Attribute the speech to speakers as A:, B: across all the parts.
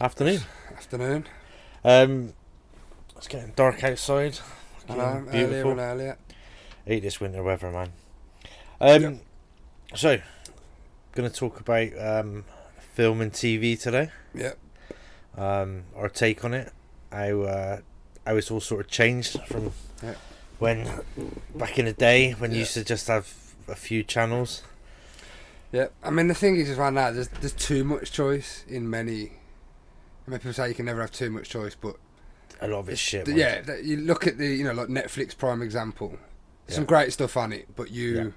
A: Afternoon.
B: Afternoon.
A: Um, it's getting dark outside.
B: I
A: Fucking
B: know, earlier
A: beautiful.
B: and earlier.
A: Hate this winter weather, man. Um, so going to talk about um, film and TV today.
B: Yep.
A: Um, our take on it. How uh, how it's all sort of changed from
B: Yeah.
A: when back in the day when you
B: Yeah.
A: used to just have a few channels.
B: Yep. I mean, the thing is, is right now, there's, there's too much choice in many. I mean, people say you can never have too much choice, but
A: A lot of it's shit.
B: th-
A: man.
B: yeah, that you look at the, you know, like Netflix Prime example. There's Some
A: Yeah.
B: great stuff on it, but you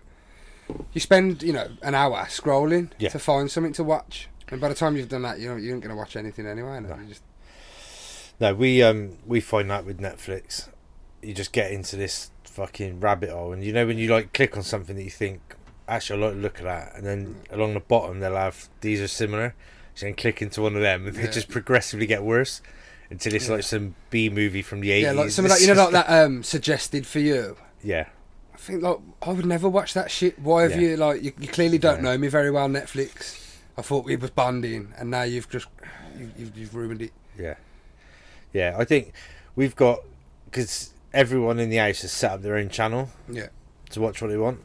B: you spend, you know, an hour scrolling
A: Yeah.
B: to find something to watch. And by the time you've done that, you know, you ain't going to watch anything anyway. No.
A: No.
B: You just,
A: No, we um we find that with Netflix, you just get into this fucking rabbit hole, and you know when you like click on something that you think actually I like the look at that, and then
B: Mm.
A: along the bottom they'll have these are similar, so then click into one of them, and they
B: Yeah.
A: just progressively get worse until it's like some B movie from the eighties.
B: yeah, like something like, you know, like that um, suggested for you.
A: Yeah,
B: I think like I would never watch that shit. Why have
A: Yeah.
B: you like you, you clearly don't
A: Yeah.
B: know me very well, Netflix. I thought we was bonding, and now you've just you, you've, you've ruined it.
A: yeah, yeah. I think we've got because everyone in the house has set up their own channel,
B: Yeah,
A: to watch what they want,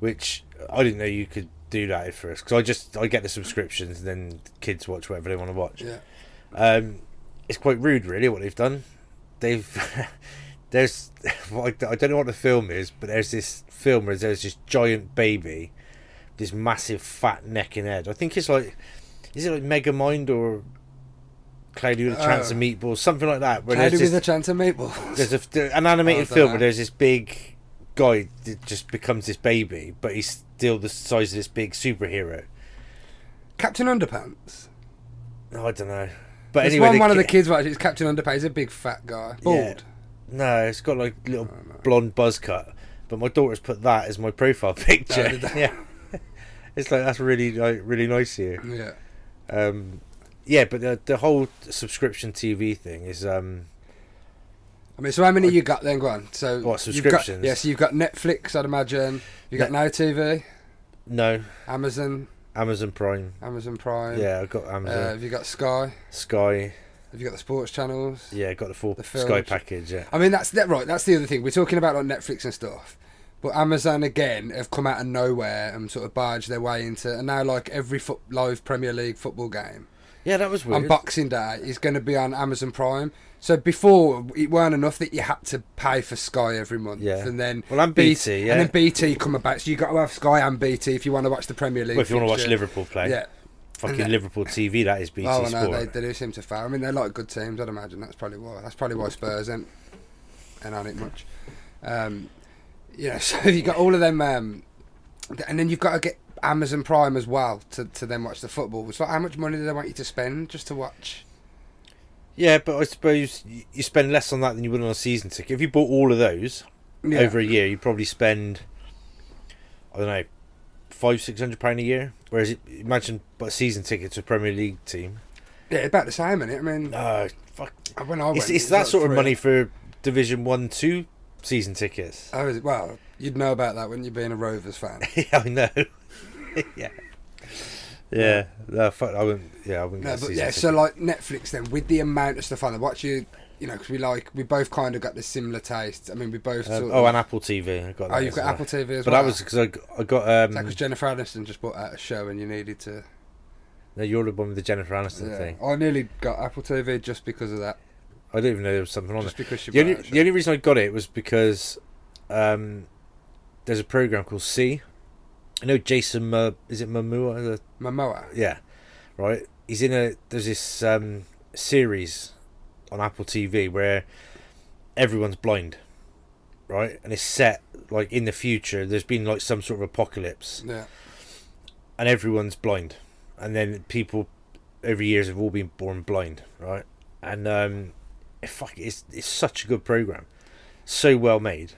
A: which I didn't know you could do that at first because I just I get the subscriptions and then kids watch whatever they want to watch.
B: yeah,
A: Um, it's quite rude, really, what they've done. They've there's well, I I don't know what the film is, but there's this film where there's this giant baby, this massive fat neck and head. I think it's like is it like Mega Mind or Cloudy with a Chance
B: Oh.
A: of Meatballs, something like that. Where
B: how
A: there's
B: do
A: this,
B: with a chance of meatballs?
A: there's a, there- an animated
B: Oh, I don't
A: film
B: know.
A: where there's this big guy that just becomes this baby, but he's still the size of this big superhero.
B: Captain Underpants.
A: No, I don't know. But
B: There's
A: anyway,
B: one one of the
A: ki-
B: kids watches. It's Captain Underpants. He's a big fat guy, bald.
A: No, it's got like little blonde buzz cut. But my daughter's put that as my profile picture.
B: did they?
A: yeah, it's like that's really like really nice here.
B: Yeah,
A: Um, yeah, but the, the whole subscription TV thing is um,
B: I mean, so how many you got then? Go on.
A: What,
B: So you've got-
A: subscriptions?
B: yeah, so you've got Netflix. I'd imagine you have got Now TV,
A: no
B: Amazon,
A: Amazon Prime.
B: Amazon Prime.
A: Yeah, I got
B: Uh,
A: Amazon
B: have you got Sky?
A: Sky.
B: Have you got the sports channels?
A: Yeah, I got the full
B: The
A: Sky
B: films.
A: package. Yeah.
B: I mean, that's that right. That's the other thing we're talking about on Netflix and stuff. But Amazon again have come out of nowhere and sort of barged their way into, and now like every foot, live Premier League football game
A: Yeah, that was weird.
B: on Boxing Day is going to be on Amazon Prime. So before it weren't enough that you had to pay for Sky every month,
A: Yeah.
B: and then
A: Well, and BT, yeah.
B: and then BT come about. So you got to have Sky and BT if you want to watch the Premier League.
A: Well, if you want to watch
B: fixture.
A: Liverpool eh? play,
B: yeah.
A: fucking
B: Yeah.
A: Liverpool TV, that is BT
B: Oh, I know
A: Sport.
B: they, they do seem to fail. I mean, they're like good teams. I'd imagine that's probably why. That's probably why Spurs ain't and on it much. Um, yeah, so you got all of them, um, th- and then you've got to get Amazon Prime as well to, to then watch the football. It's like how much money do they want you to spend just to watch?
A: Yeah, but I suppose y- you spend less on that than you would on a season ticket. If you bought all of those
B: Yeah.
A: over a year, you probably spend, I don't know, five six hundred pound a year. Whereas it, imagine but a season ticket to a Premier League team.
B: yeah, about the same, is I mean,
A: No, fuck.
B: when I went,
A: It's,
B: it
A: it's
B: was
A: that
B: like
A: sort of
B: three-
A: money for Division One, Two season tickets.
B: I was, well, you'd know about that, wouldn't you, being a Rovers fan?
A: yeah, I know. yeah. Yeah, no, fuck, I wouldn't. Yeah, I wouldn't.
B: No,
A: get a
B: but
A: season
B: yeah,
A: ticket.
B: so like Netflix, then with the amount of stuff on there, watch you, you know, because we like we both kind of got the similar taste. I mean, we both.
A: Um,
B: sort
A: oh,
B: of,
A: and Apple TV. I got
B: oh,
A: that
B: you've
A: as
B: got
A: well.
B: Apple TV as
A: But
B: well.
A: that was because I, g- I got. Um,
B: because Jennifer Aniston just brought out a show and you needed to.
A: no, you're the one with the Jennifer Aniston
B: Yeah.
A: thing.
B: I nearly got Apple TV just because of that.
A: I didn't even know there was something on
B: Just because she
A: it. The
B: brought
A: only,
B: out a show.
A: the only reason I got it was because um, there's a program called C. I know Jason. Uh, is it Momoa?
B: Momoa.
A: Yeah, right. He's in a. There's this um, series on Apple TV where everyone's blind, right? And it's set like in the future. There's been like some sort of apocalypse,
B: Yeah.
A: and everyone's blind. And then people over years have all been born blind, right? And um, it- fuck, it's it's such a good program, so well made.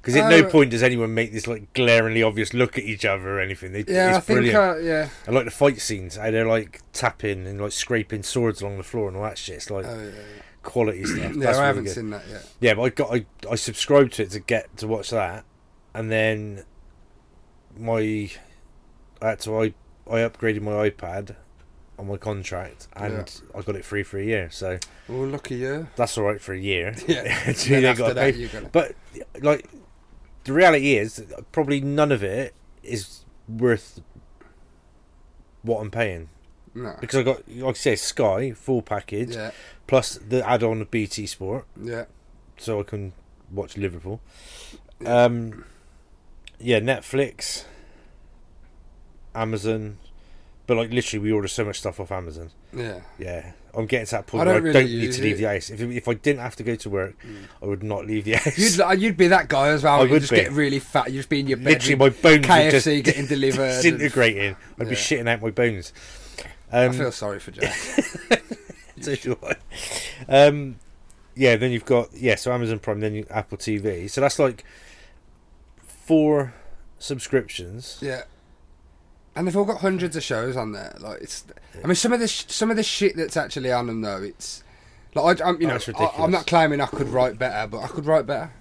A: Because at no
B: Uh,
A: point does anyone make this like glaringly obvious look at each other or anything. They,
B: Yeah,
A: it's
B: I think.
A: brilliant.
B: Uh, yeah.
A: I like the fight scenes. How they're like tapping and like scraping swords along the floor and all that shit. It's like
B: Oh, yeah.
A: quality stuff.
B: Yeah,
A: That's
B: yeah
A: really
B: I haven't
A: good.
B: seen that yet.
A: Yeah, but I got I, I subscribed to it to get to watch that, and then my I had to I I upgraded my iPad on my contract, and
B: Yeah.
A: I got it free for a year. So
B: Well, lucky you.
A: that's all right for a year.
B: Yeah.
A: Until
B: Then
A: they
B: after
A: gotta
B: that,
A: pay-
B: you gotta-
A: But like, the reality is that probably none of it is worth what I'm paying
B: No.
A: because I got, like I say, Sky full package
B: Yeah.
A: plus the add-on of BT Sport,
B: Yeah.
A: so I can watch Liverpool. Um, yeah, Netflix, Amazon, but like literally, we order so much stuff off Amazon.
B: Yeah.
A: Yeah, I'm getting to that point
B: I
A: where
B: don't
A: I
B: really
A: don't need
B: use
A: to leave
B: it. Mm.
A: the house. If, if I didn't have to go to work, I would not leave the house.
B: You'd, li- you'd be that guy as well.
A: I
B: you'd
A: would
B: just
A: be.
B: get really fat. You'd just be in your bed.
A: Literally, my bones would just
B: KFC getting delivered and-
A: disintegrating. I'd be
B: Yeah.
A: shitting out my bones.
B: I
A: Um,
B: feel sorry for Jack.
A: so do I. Um, yeah, then you've got yeah, so Amazon Prime, then you, Apple TV. So that's like four subscriptions.
B: Yeah. And they've all got hundreds of shows on there. Like it's, I mean, some of the sh- some of the shit that's actually on them though, it's like I, I'm, you
A: Oh,
B: know,
A: it's
B: I,
A: ridiculous.
B: I'm not claiming I could write better, but I could write better.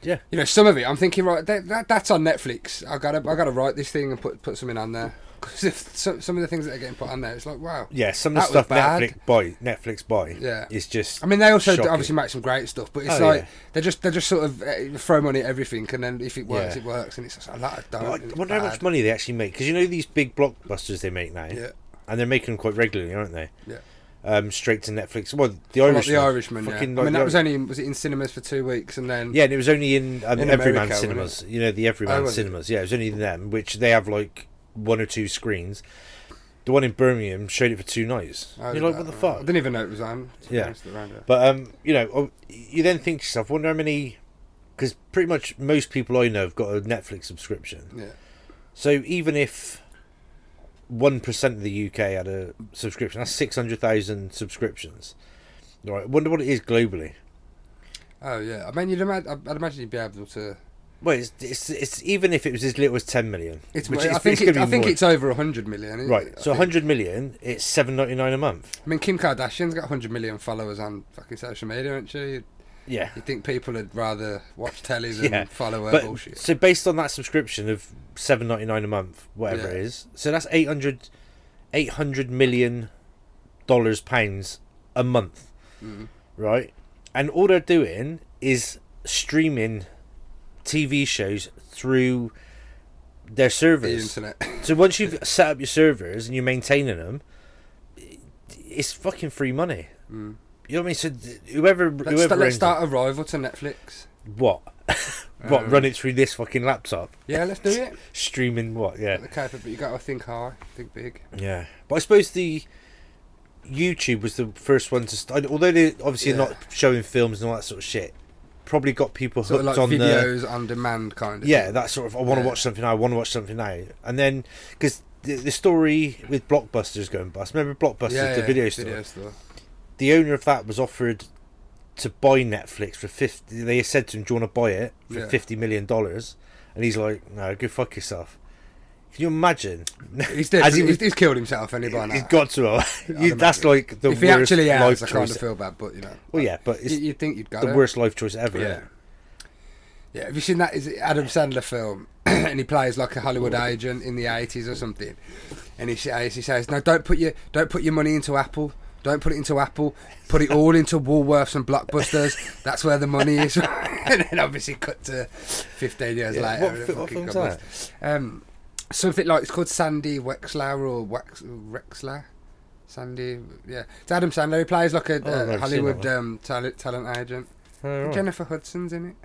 A: Yeah.
B: You know, some of it, I'm thinking, right, that, that, that's on Netflix. I gotta, I gotta write this thing and put put something on there because some some of the things that are getting put on there, it's like, wow.
A: Yeah, some of the
B: That was
A: stuff
B: bad.
A: Netflix buy, Netflix buy,
B: Yeah.
A: is just.
B: I mean, they also
A: shocking.
B: obviously make some great stuff, but it's
A: Oh,
B: like
A: yeah.
B: they're just they're just sort of uh, throw money at everything, and then if it works,
A: Yeah.
B: it works, and it's just a lot of dough.
A: I
B: and it's
A: wonder how much
B: bad.
A: money they actually make because you know these big blockbusters they make now,
B: Yeah,
A: and they're making them quite regularly, aren't they?
B: Yeah.
A: Um, straight to Netflix. Well, the
B: Well, like
A: Irishman.
B: the Irishman. Yeah.
A: Fucking
B: I
A: like
B: mean,
A: the
B: that was
A: Irish-
B: only in- was it in cinemas for two weeks, and then
A: Yeah, and it was only in, um, Everyman
B: In America, wasn't
A: cinemas. You know, the Everyman
B: Oh, was it?
A: cinemas. Yeah, it was only them, which they have like one or two screens. The one in Birmingham showed it for two nights.
B: Oh,
A: You're like,
B: that-
A: what the
B: I
A: fuck?
B: didn't even know it was on. to be
A: Yeah.
B: honest, around here.
A: But um, you know, oh, you then think to yourself, wonder how many, because pretty much most people I know have got a Netflix subscription.
B: yeah,
A: So even if one percent of the UK had a subscription, that's six hundred thousand subscriptions. All right, wonder what it is globally.
B: oh yeah. I mean, you'd imagine. I'd imagine you'd be able to.
A: Well, it's, it's, it's even if it was as little as ten million,
B: It's.
A: which
B: I
A: is-
B: think.
A: gonna
B: It,
A: be
B: I think
A: more.
B: it's over hundred million. isn't
A: Right,
B: it? I
A: so
B: think.
A: 100 million, it's 7.99 a month.
B: I mean, Kim Kardashian's got hundred million followers on fucking social media, aren't she? You'd,
A: Yeah,
B: you'd think people would rather watch telly than
A: Yeah,
B: follow her
A: but
B: bullshit.
A: so based on that subscription of 7.99 a month, whatever
B: Yeah.
A: it is, so that's 800, 800 million dollars pounds a month,
B: Mm.
A: right? And all they're doing is streaming TV shows through their
B: The
A: servers.
B: internet.
A: So once you've set up your servers and you're maintaining them, it's fucking free money.
B: Mm.
A: You know what I mean? So th- whoever
B: Let's,
A: whoever
B: sta- let's
A: owns it-
B: start a rival to Netflix.
A: What? what?
B: Um,
A: run it through this fucking laptop?
B: Yeah, let's do it.
A: Streaming what? Yeah,
B: Okay, but you got to think high, think big.
A: yeah. But I suppose the YouTube was the first one to start. Although they obviously
B: Yeah.
A: not showing films and all that sort of shit, probably got people
B: Sort
A: hooked
B: of like
A: on the
B: videos on demand kind of.
A: yeah
B: thing.
A: that sort of. I want to
B: Yeah.
A: watch something. now, I want to watch something now. And then because the, the story with Blockbusters going bust. Remember Blockbusters, the video store.
B: store.
A: The owner of that was offered to buy Netflix for fifty. They said to him, "Do you want to buy it for
B: Yeah.
A: fifty million dollars?" And he's like, "No, go fuck yourself." Can you imagine?
B: He's
A: As he
B: definitely
A: was-
B: he's killed himself anyway.
A: He's got to. you,
B: imagine.
A: that's like the
B: if he
A: worst
B: actually has,
A: life
B: I
A: choice.
B: kind of feel bad, but you know.
A: well, yeah, but
B: you,
A: it's
B: you'd think you'd got
A: the
B: it.
A: worst life choice ever.
B: Yeah. Yeah, have you seen that is it Adam Sandler film? and he plays like a Hollywood agent in the eighties or something. And he says, he says, "No, don't put your don't put your money into Apple. Don't put it into Apple. Put it all into Woolworths and Blockbusters. That's where the money is." and then obviously cut to fifteen years
A: Yeah,
B: later.
A: what
B: and it
A: fi- what
B: fucking
A: film's
B: got bust. Um, something like it's called Sandy Wexler or Wax Wexler. Sandy, yeah, it's Adam Sandler. He plays like a,
A: Oh, I've never
B: uh
A: seen
B: Hollywood
A: that
B: um, talent talent agent.
A: Oh, right.
B: Jennifer Hudson's in it.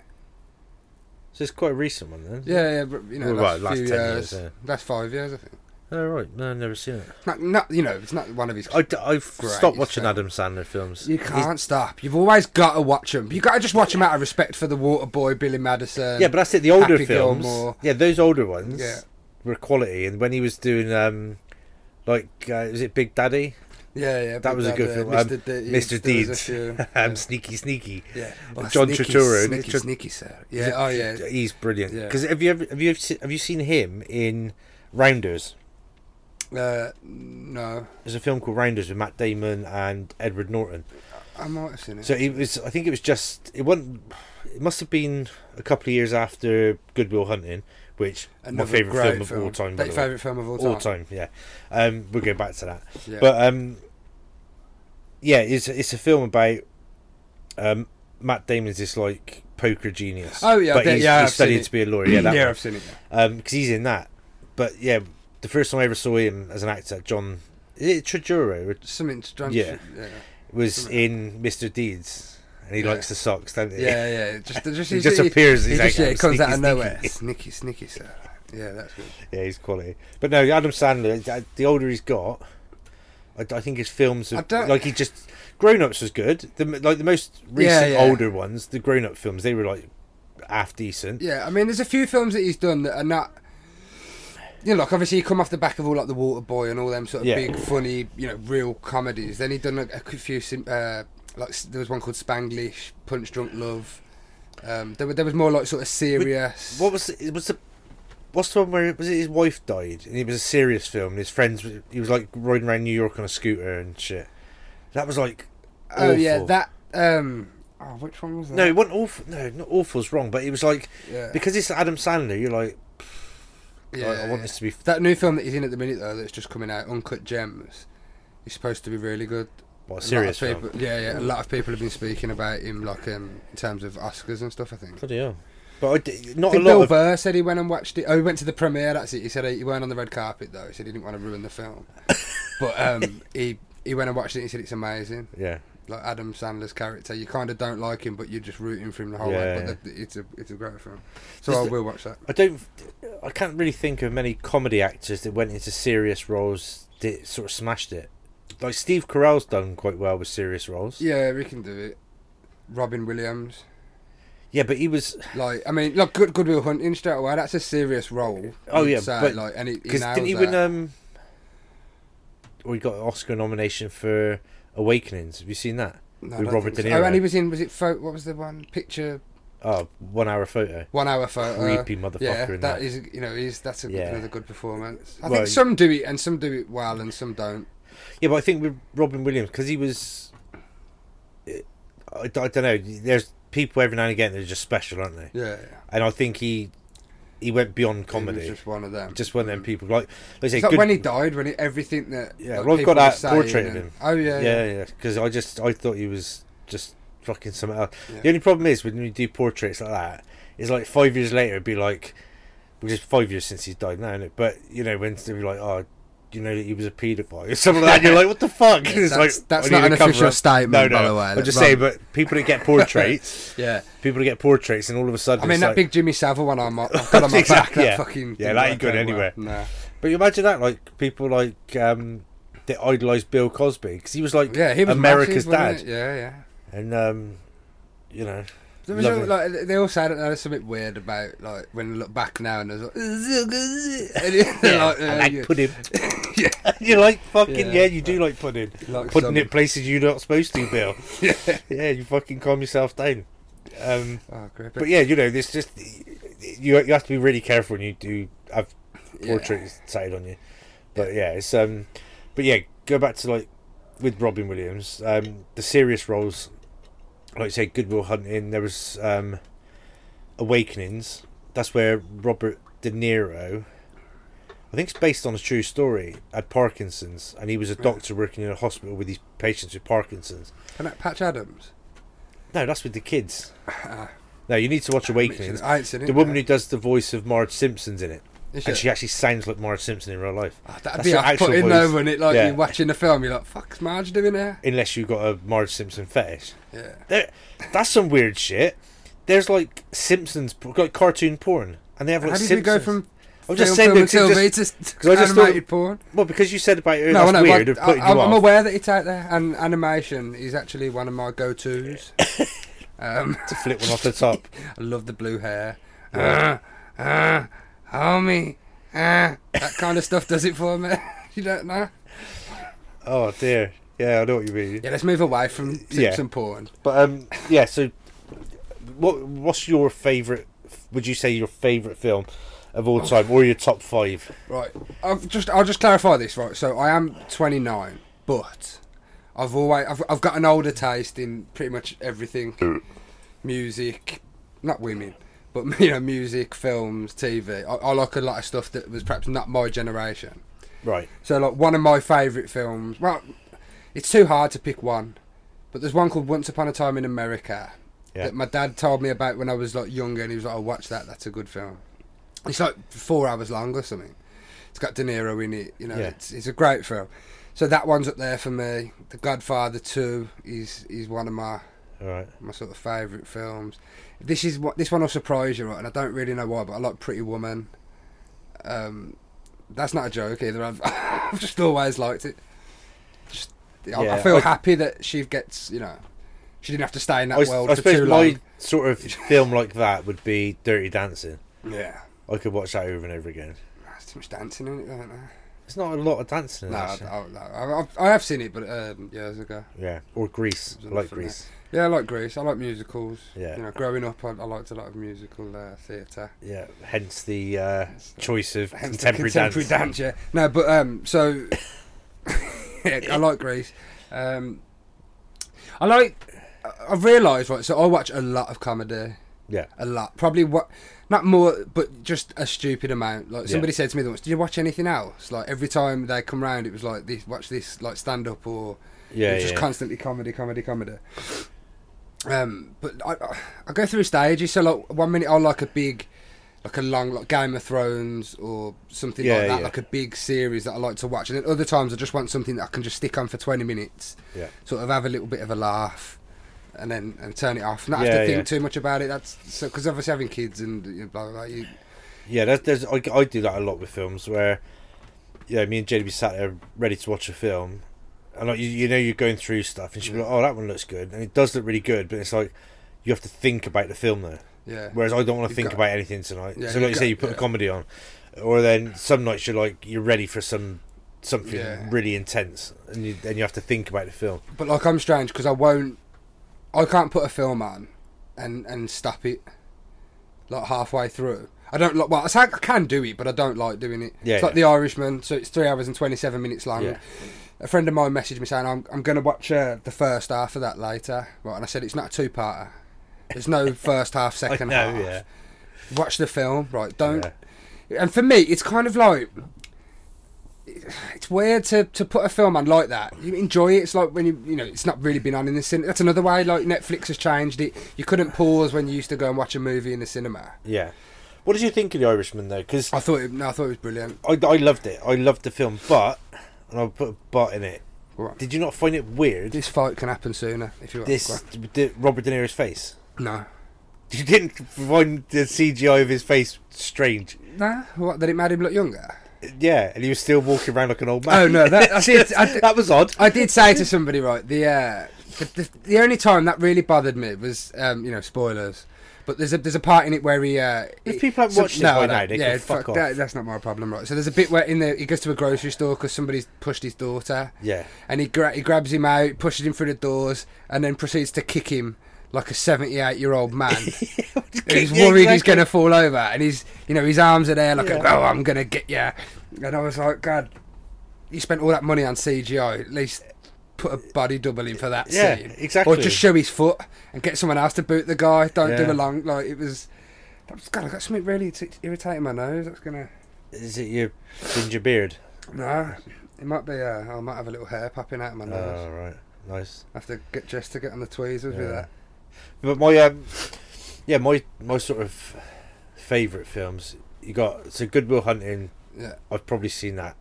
A: So it's quite a recent one then.
B: Yeah, yeah, but, you know,
A: Well, right,
B: last,
A: last
B: few
A: 10
B: years,
A: years, yeah.
B: last five years, I think.
A: Oh right, no, I've never seen it.
B: Not, not, you know, it's not one of his.
A: I, have
B: Great
A: stopped watching
B: film.
A: Adam Sandler films.
B: you
A: Oh, He's-
B: can't stop. You've always got to watch them. You got to just watch them out of respect for the Water Boy, Billy Madison.
A: yeah, but that's it. The older
B: Happy
A: films.
B: Gilmore.
A: Yeah, those older ones.
B: Yeah.
A: Were quality, and when he was doing um, like uh, was it Big Daddy?
B: yeah, yeah.
A: That was a
B: but,
A: good
B: uh,
A: film. Um,
B: Deeds,
A: Mr.
B: there was a
A: Deeds.
B: few,
A: um,
B: yeah.
A: Sneaky, sneaky.
B: yeah.
A: Oh, John
B: sneaky,
A: Turturro, isn't it?
B: Sneaky,
A: John-
B: sneaky, sir. Yeah. Oh, yeah.
A: He's brilliant.
B: Yeah.
A: Because have you ever have you ever se- have you seen him in Rounders?
B: Uh, no,
A: There's a film called Rounders with Matt Damon and Edward Norton.
B: I might have seen it.
A: So it was. I think it was just. It wasn't. It must have been a couple of years after Goodwill Hunting, which
B: Another
A: my favorite
B: great
A: film of all time. by
B: Like,
A: the way.
B: favourite film of all time.
A: all time. Yeah, um, we'll go back to that.
B: Yeah.
A: But um, yeah, it's it's a film about um, Matt Damon's this like poker genius.
B: Oh, yeah,
A: but
B: I bet-
A: he's,
B: yeah,
A: he's
B: I've
A: studied
B: seen it.
A: to be a lawyer. Yeah, that
B: yeah,
A: one
B: I've seen it.
A: because he's in that. But yeah, the first time I ever saw him as an actor, John is it Trujillo
B: Something strange.
A: Yeah.
B: yeah,
A: was in Mr. Deeds, and he
B: Yeah.
A: likes the socks, don't he?
B: yeah. yeah. Just, just,
A: He just appears.
B: He
A: He's like,
B: just, yeah,
A: "I'm
B: it comes out of
A: sneaky,
B: nowhere.
A: sneaky."
B: Sneaky, sneaky, sir. Yeah, that's good.
A: yeah, he's quality. But no, Adam Sandler. th- The older he's got, I, I think his films
B: I
A: have
B: don't-
A: like he just Grown Ups was good. The m- like the most recent
B: yeah.
A: older ones, the Grown Up films, they were like half decent.
B: Yeah, I mean, there's a few films that he's done that are not. You know, like obviously he come off the back of all like the Waterboy and all them sort of
A: Yeah.
B: big, funny, you know, real comedies. Then he done like, a few sim- uh, like s- there was one called Spanglish, Punch Drunk Love. Um, there, were, there was more like sort of serious.
A: What was the, it was the what's the one where was it his wife died and it was a serious film and his friends were- he was like riding around New York on a scooter and shit. That was like
B: oh yeah,
A: awful.
B: that. Um, oh, which one was that?
A: no, it wasn't awful. No, not awful's wrong, but it was like
B: yeah,
A: because it's Adam Sandler, you're like,
B: yeah,
A: I, I want
B: yeah.
A: this to be. F-
B: That new film that he's in at the minute though, that's just coming out, Uncut Gems, is supposed to be really good.
A: what, a
B: A
A: serious
B: lot of
A: film.
B: people, yeah, yeah. A lot of people have been speaking about him, like um, in terms of Oscars and stuff. I think.
A: Bloody hell. But I d- not a
B: I think
A: lot
B: Bill
A: of
B: Burr said he went and watched it. Oh, he went to the premiere. That's it. He said uh, he, he weren't on the red carpet though. He said he didn't want to ruin the film. but um, he he went and watched it. and He said it's amazing.
A: yeah.
B: Like Adam Sandler's character, you kind of don't like him, but you're just rooting for him the whole way.
A: Yeah.
B: But the, it's a it's a great film. So
A: Is
B: I
A: the-
B: will watch that.
A: I don't. I can't really think of many comedy actors that went into serious roles that sort of smashed it. Like Steve Carell's done quite well with serious roles.
B: Yeah, we can do it. Robin Williams,
A: Yeah, but he was
B: like I mean, like Good Goodwill Hunting straight away. That's a serious role.
A: Oh,
B: you'd
A: yeah,
B: say,
A: but-
B: like and he, he
A: because
B: nails
A: didn't he
B: that.
A: win? Um, or he got an Oscar nomination for Awakenings. Have you seen that?
B: No, I
A: with
B: don't
A: Robert
B: think
A: De
B: so. Oh,
A: Niro.
B: and he was in. Was it photo? What was the one picture?
A: Oh, one hour photo.
B: One hour photo.
A: Creepy motherfucker.
B: Uh-huh. Yeah,
A: in
B: that is you know is that's a,
A: Yeah.
B: another good performance. I
A: Well,
B: think some do it and some do it well and some don't.
A: Yeah, but I think with Robin Williams because he was, I, I don't know. There's people every now and again that are just special, aren't they?
B: Yeah,
A: And I think he he went beyond comedy.
B: It was
A: Just,
B: just one of them.
A: one of them people. Like, like I say,
B: It's like
A: good-
B: when he died, when he, everything that
A: Yeah,
B: like,
A: well, I've
B: people
A: got
B: were
A: that
B: saying
A: portrait of
B: and-
A: him.
B: Oh yeah,
A: yeah,
B: yeah,
A: yeah. Because I just I thought he was just fucking something else.
B: Yeah.
A: The only problem is when you do portraits like that, is like five years later, it'd be like, which is five years since he's died now, isn't it? But you know, when they'd be like, oh. You know that he was a paedophile or something like that. You're like, what the fuck?
B: Yeah,
A: It's
B: that's-
A: like,
B: that's
A: I need
B: not
A: to
B: an
A: cover
B: official
A: up.
B: statement,
A: No, no.
B: by the way,
A: I'm
B: that's
A: just saying,
B: wrong.
A: but people that get portraits,
B: yeah.
A: people that get portraits, and all of a sudden,
B: I mean
A: it's
B: that
A: like,
B: big Jimmy Savile one I'm, I've got on my back.
A: Exactly,
B: That
A: yeah.
B: fucking
A: Yeah,
B: didn't
A: that ain't
B: work
A: good
B: out well.
A: anywhere.
B: Nah.
A: But you imagine that, like people like um, that idolized Bill Cosby because he was like
B: Yeah, he was
A: America's
B: massive,
A: dad,
B: wasn't it? Yeah, yeah.
A: and um, you know,
B: There was
A: Lovely.
B: all, like they all said that there was something weird about like when you look back now and there's like, and you're
A: yeah,
B: like,
A: I
B: uh,
A: like
B: you-
A: pudding.
B: Yeah.
A: you like fucking yeah,
B: Yeah.
A: you do like pudding.
B: like
A: Putting
B: some-
A: it places you're not supposed to, Bill.
B: Yeah.
A: yeah, you fucking calm yourself down. Um,
B: Oh, great.
A: but yeah, you know, this just you you have to be really careful when you do have
B: Yeah.
A: portraits tattooed on you. But yeah, it's um, but yeah, go back to like with Robin Williams, um, the serious roles, like you say, Goodwill Hunting. There was um, Awakenings. That's where Robert De Niro, I think it's based on a true story, had Parkinson's, and he was a doctor working in a hospital with these patients with Parkinson's.
B: And that Patch Adams.
A: No, that's with the kids.
B: Ah.
A: No, you need to watch
B: Mention it.
A: Awakenings.
B: I ain't seen it.
A: The woman who does the voice of Marge Simpson's in it,
B: Is
A: and
B: she?
A: she actually sounds like Marge Simpson in real life.
B: Oh, that'd
A: that's
B: be
A: her
B: off
A: actual
B: putting
A: voice.
B: though, wouldn't it? Like
A: Yeah.
B: you're watching the film, you're like, "Fuck's Marge doing here?"
A: unless you've got a Marge Simpson fetish.
B: Yeah.
A: There, that's some weird shit. There's like Simpsons, like cartoon porn, and they have like
B: How did
A: Simpsons.
B: we go from
A: I'm
B: film,
A: just saying
B: film and
A: because you
B: TV
A: just-
B: to
A: 'cause I just
B: animated
A: thought-
B: porn?
A: well because you said about it, that's
B: no, no,
A: weird.
B: but
A: of putting
B: I,
A: you
B: I'm, I'm
A: off.
B: aware that it's out there, and animation is actually one of my go-tos. um,
A: to flip one off the top.
B: I love the blue hair.
A: Yeah.
B: Uh, uh, homie, uh, that kind of stuff does it for me. you don't know.
A: Oh dear, yeah, I know what you mean.
B: Yeah, let's move away from
A: Yeah.
B: Simpson porn.
A: But um, yeah. So, what what's your favorite? Would you say your favorite film of
B: Oh.
A: all time, or your top five?
B: Right. I've just I'll just clarify this, right? So I am 29, but I've always I've, I've
A: Mm.
B: got an older taste in pretty much everything. Music, not women, But you know, music, films, TV. I, I like a lot of stuff that was perhaps not my generation.
A: Right.
B: So like one of my favourite films. Well, it's too hard to pick one, but there's one called Once Upon a Time in America
A: Yeah.
B: that my dad told me about when I was like younger, and he was like, "I watch that. That's a good film." It's like four hours long or something. It's got De Niro in it. You know,
A: Yeah.
B: it's it's a great film. So that one's up there for me. The Godfather Two is is one of my
A: All right.
B: my sort of favourite films. This is what this one will surprise you, right? And I don't really know why, but I like Pretty Woman. Um, that's not a joke either. I've, I've just always liked it. Just, I, I
A: Yeah,
B: feel
A: I-
B: happy that she gets, you know, she didn't have to stay in that
A: I, s-
B: world
A: I
B: for too
A: suppose
B: long.
A: my sort of film like that would be Dirty Dancing.
B: Yeah,
A: I could watch that over and over again.
B: there's too much dancing in it, isn't there?
A: There's not a lot of dancing in
B: No,
A: that.
B: I,
A: actually.
B: I, I, I've- I have seen it, but um, years ago.
A: Yeah, or Greece.
B: There's
A: I
B: enough
A: like
B: in there.
A: Greece.
B: Yeah, I like Greece. I like musicals.
A: Yeah.
B: You know, growing up, I, I liked a lot of musical uh, theatre.
A: Yeah, hence the uh, choice of
B: Hence the
A: contemporary,
B: contemporary
A: dance.
B: dance. Yeah. No, but um, so I like Greece. Um, I like. I- I've realised right. So I watch a lot of comedy.
A: Yeah.
B: A lot, probably what, not more, but just a stupid amount. Like
A: Yeah.
B: somebody said to me once, "Did you watch anything else?" Like every time they come round, it was like this. Watch this, like stand up or
A: Yeah,
B: it was just
A: yeah.
B: constantly comedy, comedy, comedy. Um, but I, I- I go through stages. So like one minute I'll like a big, like a long, like Game of Thrones or something
A: Yeah,
B: like that,
A: yeah.
B: like a big series that I like to watch. And then other times I just want something that I can just stick on for twenty minutes,
A: yeah.
B: sort of have a little bit of a laugh, and then and turn it off. Not have
A: Yeah,
B: to think
A: yeah.
B: too much about it. That's so because obviously having kids and you know, blah blah. blah you,
A: Yeah, there's, there's, I, I do that a lot with films where, yeah, me and Jade be sat there ready to watch a film, and like you, you know you're going through stuff, and she'll be like, "Oh, that one looks good," and it does look really good, but it's like you have to think about the film there.
B: yeah.
A: Whereas I don't want to
B: You've
A: think
B: got-
A: about anything tonight.
B: Yeah,
A: so like you
B: you've got-
A: say, you put
B: yeah.
A: a comedy on, or then some nights you're like you're ready for some something
B: Yeah.
A: really intense, and you then you have to think about the film.
B: But like I'm strange because I won't, I can't put a film on, and and stop it, like halfway through. I don't like. Well, I say I can do it, but I don't like doing it.
A: Yeah,
B: it's like
A: yeah.
B: The Irishman, so it's three hours and twenty seven minutes long.
A: Yeah.
B: A friend of mine messaged me saying I'm I'm going to watch uh, the first half of that later, right? And I said it's not a two parter. There's no first half, second
A: know,
B: half.
A: yeah.
B: Watch the film, right? Don't and for me, it's kind of like it's weird to, to put a film on like that. You enjoy it. It's like when you you know it's not really been on in the cinema. That's another way. Like Netflix has changed it. You couldn't pause when you used to go and watch a movie in the cinema.
A: Yeah. What did you think of The Irishman though? Because
B: I thought it, no, I thought it was brilliant.
A: I, I loved it. I loved the film, but and I'll put a but in it.
B: Go on.
A: Did you not find it weird?
B: This fight can happen sooner if you want.
A: This
B: Go on.
A: d- Robert De Niro's face.
B: no
A: You didn't find the CGI of his face strange.
B: nah. What did it make him look younger?
A: Yeah, and he was still walking around like an old man.
B: Oh, no, that- I did- I did-
A: that was odd.
B: I did say to somebody, right, the, uh, the, the the only time that really bothered me was, um, you know, spoilers. But there's a there's a part in it where he. Uh,
A: If
B: he-
A: people haven't
B: some-
A: watched it by now, they can fuck off.
B: That, that's not my problem, right? So there's a bit where in the he goes to a grocery store because somebody's pushed his daughter,
A: Yeah.
B: and he gra- he grabs him out, pushes him through the doors, and then proceeds to kick him like a 78 year old man. And he's
A: Yeah,
B: worried he's
A: exactly.
B: going to fall over, and he's you know his arms are there like,
A: Yeah.
B: oh, I'm going to get you. And I was like, God, you spent all that money on CGI. At least put a body double in for that
A: Yeah,
B: scene,
A: exactly.
B: Or just show his foot and get someone else to boot the guy. Don't do
A: Yeah.
B: a long like it was. That was God, I got something really t- irritating my nose. That's gonna
A: Is it your ginger beard?
B: no. It might be. Uh, I might have a little hair popping out of my
A: Oh,
B: nose.
A: right. Nice.
B: I have to get Jess to get on the tweezers with
A: Yeah.
B: that.
A: But my um, yeah, my my sort of favourite films. You got so Goodwill Hunting.
B: Yeah,
A: I've probably seen that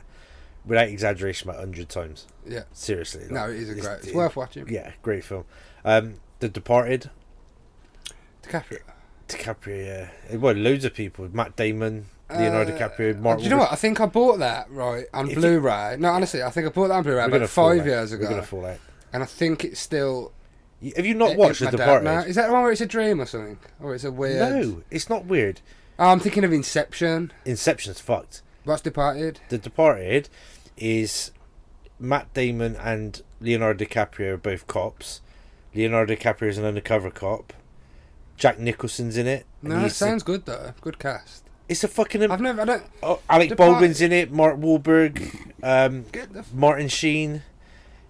A: without exaggeration about hundred times.
B: yeah.
A: Seriously.
B: No,
A: like,
B: it is a great. It's,
A: it-
B: worth watching.
A: Yeah, great film. Um, The Departed.
B: DiCaprio.
A: DiCaprio. Yeah. Well, loads of people. Matt Damon, Leonardo
B: Uh,
A: DiCaprio, Mark.
B: Do you know what? I think I bought that right on
A: If you-
B: Blu-ray. No, honestly, I think I bought that on Blu-ray about five years
A: We're gonna
B: ago,
A: fall out.
B: and I think it's still.
A: Y- Have you not
B: it-
A: watched
B: it's
A: The
B: my dad
A: Departed?
B: now. Is that the one where it's a dream or something, or it's a weird?
A: No, it's not weird.
B: Oh, I'm thinking of Inception.
A: Inception's fucked.
B: What's Departed?
A: The Departed is Matt Damon and Leonardo DiCaprio are both cops. Leonardo DiCaprio is an undercover cop. Jack Nicholson's in it. and
B: No, it
A: he's the-
B: sounds good though. Good cast.
A: it's a fucking. am-
B: I've never. I don't
A: Oh, Alec
B: Departed.
A: Baldwin's in it. Mark Wahlberg. Um,
B: get the. f-
A: Martin Sheen.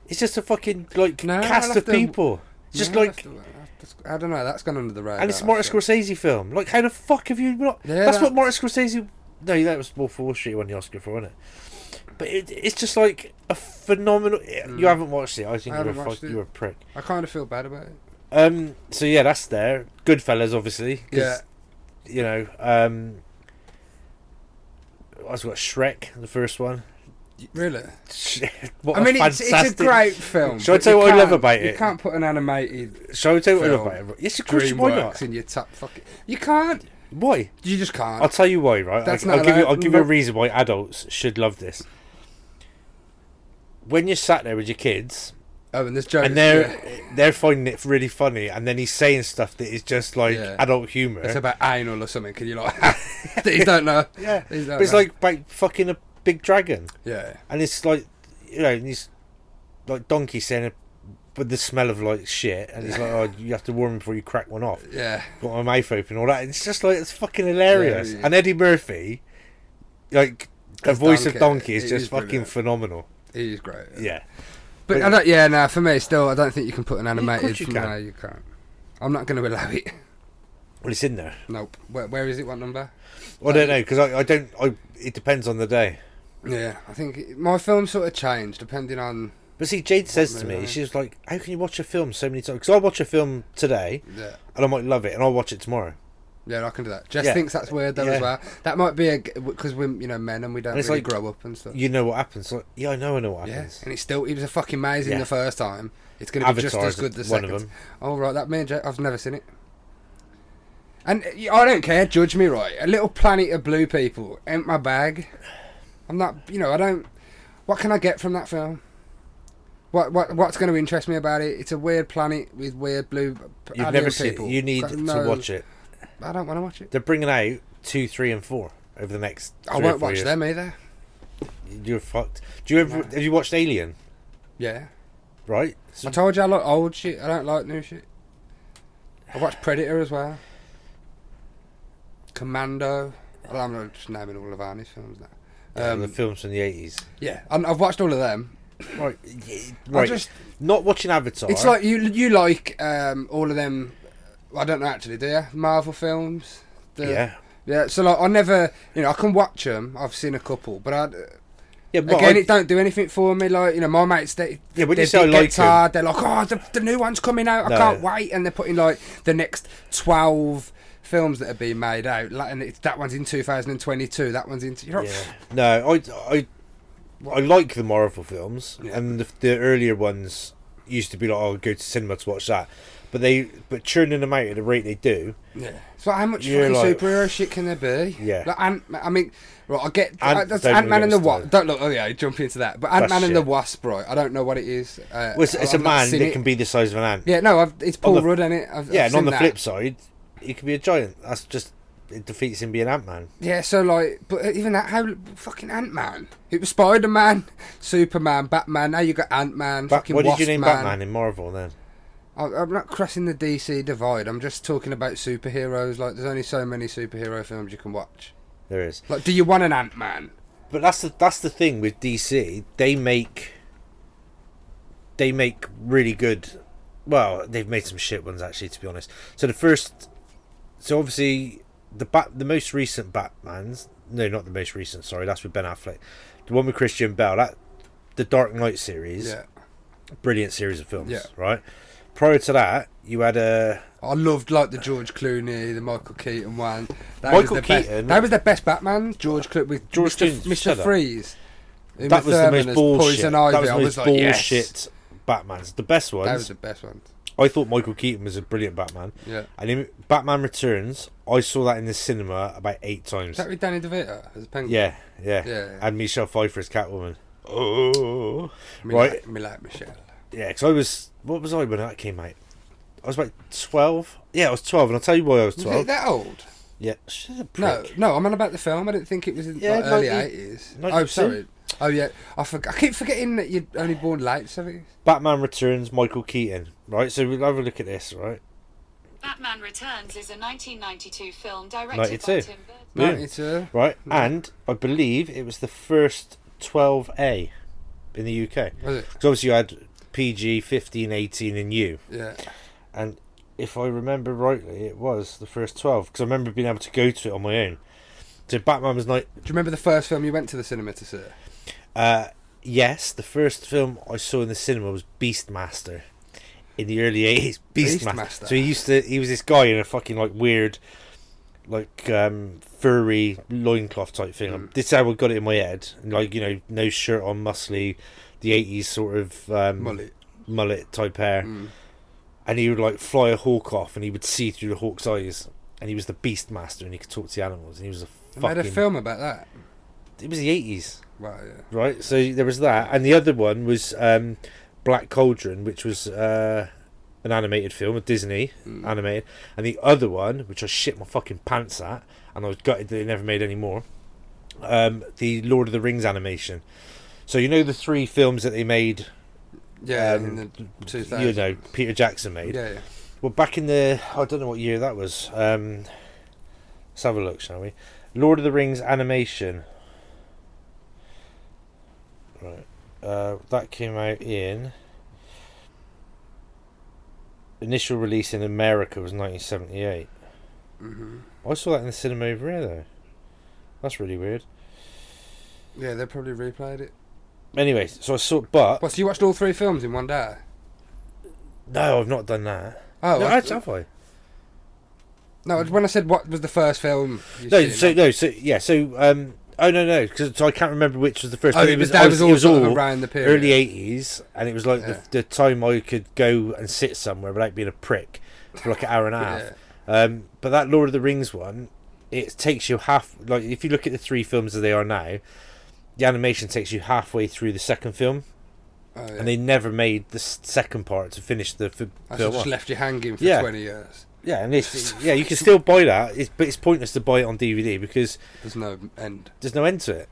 A: It's just a fucking like
B: No, I'll
A: cast
B: have
A: of
B: to-
A: people. Just
B: Yeah,
A: like,
B: that's the- that's- I don't know. That's gone under the radar.
A: and it's a Martin
B: I think.
A: Scorsese film. Like, how the fuck have you not?
B: Yeah,
A: that's what
B: that's-
A: Martin Scorsese. No, that was Wolf of Wall Street won the Oscar for, wasn't it? But it, it's just like a phenomenal. You haven't watched it. I think
B: Hmm.
A: you're
B: I
A: a
B: haven't
A: fuck,
B: watched it.
A: you're a prick.
B: I kind of feel bad about it.
A: Um. So yeah, that's there. Goodfellas, obviously. 'cause,
B: Yeah.
A: You know. Um. I've got Shrek, the first one.
B: Really?
A: Sh- what
B: I mean,
A: a
B: it's,
A: fantastic...
B: it's a great film.
A: Shall I
B: but
A: tell you what I love
B: can't-
A: about
B: You
A: it?
B: can't put an animated
A: Shall I tell you what I love
B: film.
A: about it? Yes, of course. Why
B: DreamWorks
A: not?
B: in your top fucking. You can't.
A: Why?
B: You just can't.
A: I'll tell you why, right?
B: That's
A: I'll, I'll
B: not
A: give you.
B: allowed.
A: I'll give you a
B: No.
A: reason why adults should love this. When you're sat there with your kids
B: oh, and this joke.
A: and they're they're finding it really funny, and then he's saying stuff that is just like
B: Yeah.
A: adult humor.
B: It's about anal or something. Can you like? these don't know.
A: yeah,
B: These don't
A: but it's
B: know.
A: like about fucking a big dragon,
B: Yeah.
A: and it's like you know, and he's like donkey saying it with the smell of like shit, and he's like, oh, you have to warm before you crack one off.
B: Yeah.
A: got my mouth open, all that. It's just like it's fucking hilarious.
B: Yeah.
A: And Eddie Murphy, like the
B: As
A: voice
B: Donkey,
A: of Donkey, is
B: it
A: just
B: is
A: fucking
B: brilliant.
A: phenomenal.
B: He is great.
A: Yeah,
B: But
A: But-
B: I don't, yeah, no, for me, still, I don't think you can put an animated.
A: you
B: no,
A: can.
B: you can't. I'm not going to allow it.
A: well, it's in there.
B: Nope. Where, where is it? What number?
A: I don't know because I, I don't. I it depends on the day.
B: Yeah, I think it- my film sort of changed depending on.
A: But see, Jade says to
B: maybe
A: me,
B: I-
A: she's like, "How can you watch a film so many times?" Because I watch a film today
B: Yeah,
A: and I might love it, and I'll watch it tomorrow.
B: yeah, I can do that. Jess
A: Yeah.
B: thinks that's weird though
A: Yeah.
B: as well. That might be a because we're you know men and we don't
A: And it's
B: really
A: like-
B: grow up and stuff.
A: You know what happens? Like, yeah, I know. I know what
B: Yeah,
A: happens.
B: and it's still it was a fucking amazing
A: Yeah.
B: the first time. It's going to be
A: Avatar's
B: just as good the
A: one
B: second.
A: of them.
B: Oh right, that me and Jess, I've never seen it. And uh, I don't care. Judge me right. A little planet of blue people ain't my bag. I'm not. You know, I don't. What can I get from that film? What what what's going to interest me about it? It's a weird planet with weird blue. p-
A: You've
B: alien
A: never seen it.
B: people.
A: You need
B: Got no-
A: to watch it.
B: I don't want to watch it.
A: They're bringing out two, three, and four over the next.
B: I
A: three or
B: won't
A: four
B: watch
A: years.
B: them either.
A: You're fucked. Do you ever
B: No.
A: have you watched Alien?
B: Yeah,
A: Right.
B: I
A: So
B: told you I like old shit. I don't like new shit. I watched Predator as well. Commando. I'm not just naming all of Arnie's films now.
A: the
B: Um,
A: films from the eighties.
B: yeah, and I've watched all of them.
A: Right, y- right.
B: just-
A: not watching Avatar.
B: It's like you you like um, all of them. I don't know actually, do you? Marvel films. The,
A: yeah,
B: Yeah. So like, I never, you know, I can watch them. I've seen a couple, but I,
A: yeah. But
B: again,
A: I,
B: it don't do anything for me. Like you know, my mates they
A: yeah, when
B: They
A: you say I
B: big
A: like
B: gets
A: him,
B: hard. They're like, oh, the, the new one's coming out.
A: No.
B: I can't wait. And they're putting like the next twelve films that are being made out. Like, and it's, that one's in 2022. That one's in. You're like,
A: yeah. no, I, I, I like the Marvel films,
B: Yeah.
A: and the, the earlier ones used to be like, oh, I'll go to cinema to watch that. But they, but churning them out at the rate they do,
B: yeah. So how much
A: You're
B: fucking
A: like-
B: superhero shit can there be?
A: Yeah.
B: Like Ant. I mean, right. I get
A: Ant-
B: Ant, that's
A: don't
B: Ant Man
A: even
B: and
A: get
B: the
A: us
B: Wasp.
A: started.
B: Don't look. Oh yeah, jump into that. But Ant Man and the
A: shit.
B: Wasp, right? I don't know what it is. Uh,
A: well, it's, it's a
B: I've not
A: man
B: seen
A: that
B: it.
A: can be the size of an ant.
B: Yeah. No. I've, it's Paul
A: the-
B: Rudd in it. I've,
A: Yeah, and
B: I've
A: on
B: seen
A: the
B: that.
A: flip side, he could be a giant. That's just it defeats him being Ant Man.
B: Yeah, so like, but even that, how fucking Ant Man? It was Spider Man, Superman, Batman. Now you got Ant Man,
A: Why
B: fucking
A: did you
B: Wasp
A: name
B: Man.
A: Batman in Marvel then?
B: I, I'm not crossing the DC divide. I'm just talking about superheroes. Like, there's only so many superhero films you can watch.
A: There is.
B: Like, do you want an Ant Man?
A: But that's the that's the thing with DC. They make they make really good. Well, they've made some shit ones actually, to be honest. So the first, so obviously the bat the most recent Batman's no, not the most recent. Sorry, that's with Ben Affleck. The one with Christian Bale. That the Dark Knight series,
B: Yeah,
A: brilliant series of films.
B: Yeah.
A: Right. Prior to that, you had uh, a
B: I loved like the George Clooney, the Michael Keaton one. That
A: Michael
B: was the best-
A: Keaton-
B: that was the best Batman. George Clooney with
A: George
B: Mr.
A: Clooney, shut
B: Mr.
A: up.
B: Freeze.
A: that was the most bullshit.
B: Poison Ivy.
A: That was
B: I
A: the
B: was
A: most
B: like,
A: bullshit
B: Yes.
A: Batman's. The best ones.
B: That was the best one.
A: I thought Michael Keaton was a brilliant Batman.
B: Yeah.
A: And in Batman Returns, I saw that in the cinema about eight times.
B: Is that with Danny DeVito as a penguin?
A: yeah, yeah,
B: Yeah.
A: And Michelle Pfeiffer as Catwoman. Oh,
B: Me
A: Right.
B: Like, me like Michelle.
A: yeah. Because I was, what was I when that came out? I was about twelve. Yeah, I was twelve, and I'll tell you why I was
B: Was it
A: twelve.
B: that old?
A: Yeah, she's a prick.
B: No, no, I'm on about the film. I didn't think it was in
A: Yeah,
B: the early
A: 90
B: eighties.
A: 92.
B: Oh, sorry. Oh yeah, I, forg I keep forgetting that you're only born late. Sorry.
A: Batman Returns, Michael Keaton. Right, so we'll have a look at this. Right,
C: Batman Returns is a 1992 film directed
A: 92.
C: by Tim Burton.
A: Boom.
B: Ninety-two.
A: right, and I believe it was the first twelve A in the UK.
B: Was it?
A: Because obviously you had PG, 15, 18, and you.
B: Yeah.
A: and if I remember rightly, it was the first twelve because I remember being able to go to it on my own. So Batman was like,
B: Do you remember the first film you went to the cinema to see?
A: uh, yes, the first film I saw in the cinema was Beastmaster in the early eighties. Beastmaster.
B: Beastmaster.
A: So he used to, he was this guy in a fucking like weird, like um, furry loincloth type thing.
B: Mm.
A: This is how I got it in my head, like you know, no shirt on, muscly, the eighties sort of um,
B: Mullet.
A: mullet type hair.
B: Mm.
A: and he would like fly a hawk off and he would see through the hawk's eyes and he was the beast master and he could talk to the animals and he was a
B: I made
A: fucking
B: a film about that.
A: it was the 80s
B: Right, yeah.
A: right so there was that and the other one was um black cauldron which was uh an animated film a disney
B: Mm.
A: animated and the other one which i shit my fucking pants at and i was gutted that they never made any more um the lord of the rings animation so you know the three films that they made
B: Yeah,
A: um,
B: in the 2000s.
A: you know peter jackson made
B: Yeah, yeah.
A: Well, back in the I don't know what year that was. Um, let's have a look, shall we? Lord of the Rings animation. Right, uh, that came out in initial release in America was 1978.
B: hmm
A: I saw that in the cinema over here though. That's really weird.
B: Yeah, they probably replayed it.
A: Anyway, so I saw, but
B: Well, so you watched all three films in one day?
A: no, I've not done that.
B: Oh,
A: no,
B: I-
A: actually, have I?
B: no, when I said what was the first film you
A: No,
B: seen,
A: so
B: I-
A: no, so yeah, so um, oh no, no, because so I can't remember which was the first.
B: oh,
A: but
B: it was,
A: I
B: that was all
A: it was
B: sort of
A: all-
B: around the period. Oh,
A: early 80s and it was like
B: Yeah.
A: the, the time i could go and sit somewhere without being a prick for like an hour and a half
B: Yeah.
A: um, but that lord of the rings one it takes you half like if you look at the three films as they are now the animation takes you halfway through the second film
B: Oh, yeah.
A: and they never made the s- second part to finish the f-
B: I
A: film
B: just
A: off.
B: left you hanging for
A: Yeah.
B: 20 years.
A: yeah and it's yeah you can still buy that it's, but it's pointless to buy it on dvd because
B: There's no end.
A: there's no end to it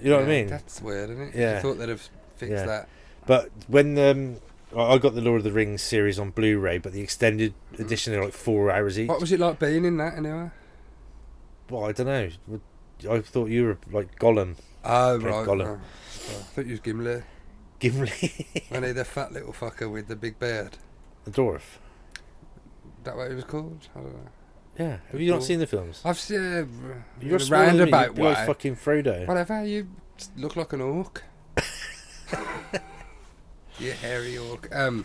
A: you know what i
B: Yeah,
A: mean
B: That's weird, isn't it?
A: Yeah.
B: I thought they'd have fixed
A: Yeah.
B: that.
A: But when um, I I got the Lord of the Rings series on Blu-ray, but the extended edition are like four hours each.
B: Mm-hmm. What was it like being in that anyway?
A: Well, I don't know. I thought you were like Gollum,
B: Oh,
A: Played
B: right.
A: Gollum.
B: no. Oh, I thought you was Gimli.
A: Gimli,
B: When he the fat little fucker with the big beard.
A: the dwarf.
B: That what it was called? I don't know.
A: Yeah. Have you not
B: Cool.
A: seen the films?
B: I've seen uh, r-
A: You're
B: in a
A: smaller than me,
B: roundabout
A: You're
B: way.
A: like fucking Frodo.
B: Whatever, you s- look like an orc. you hairy orc. Um,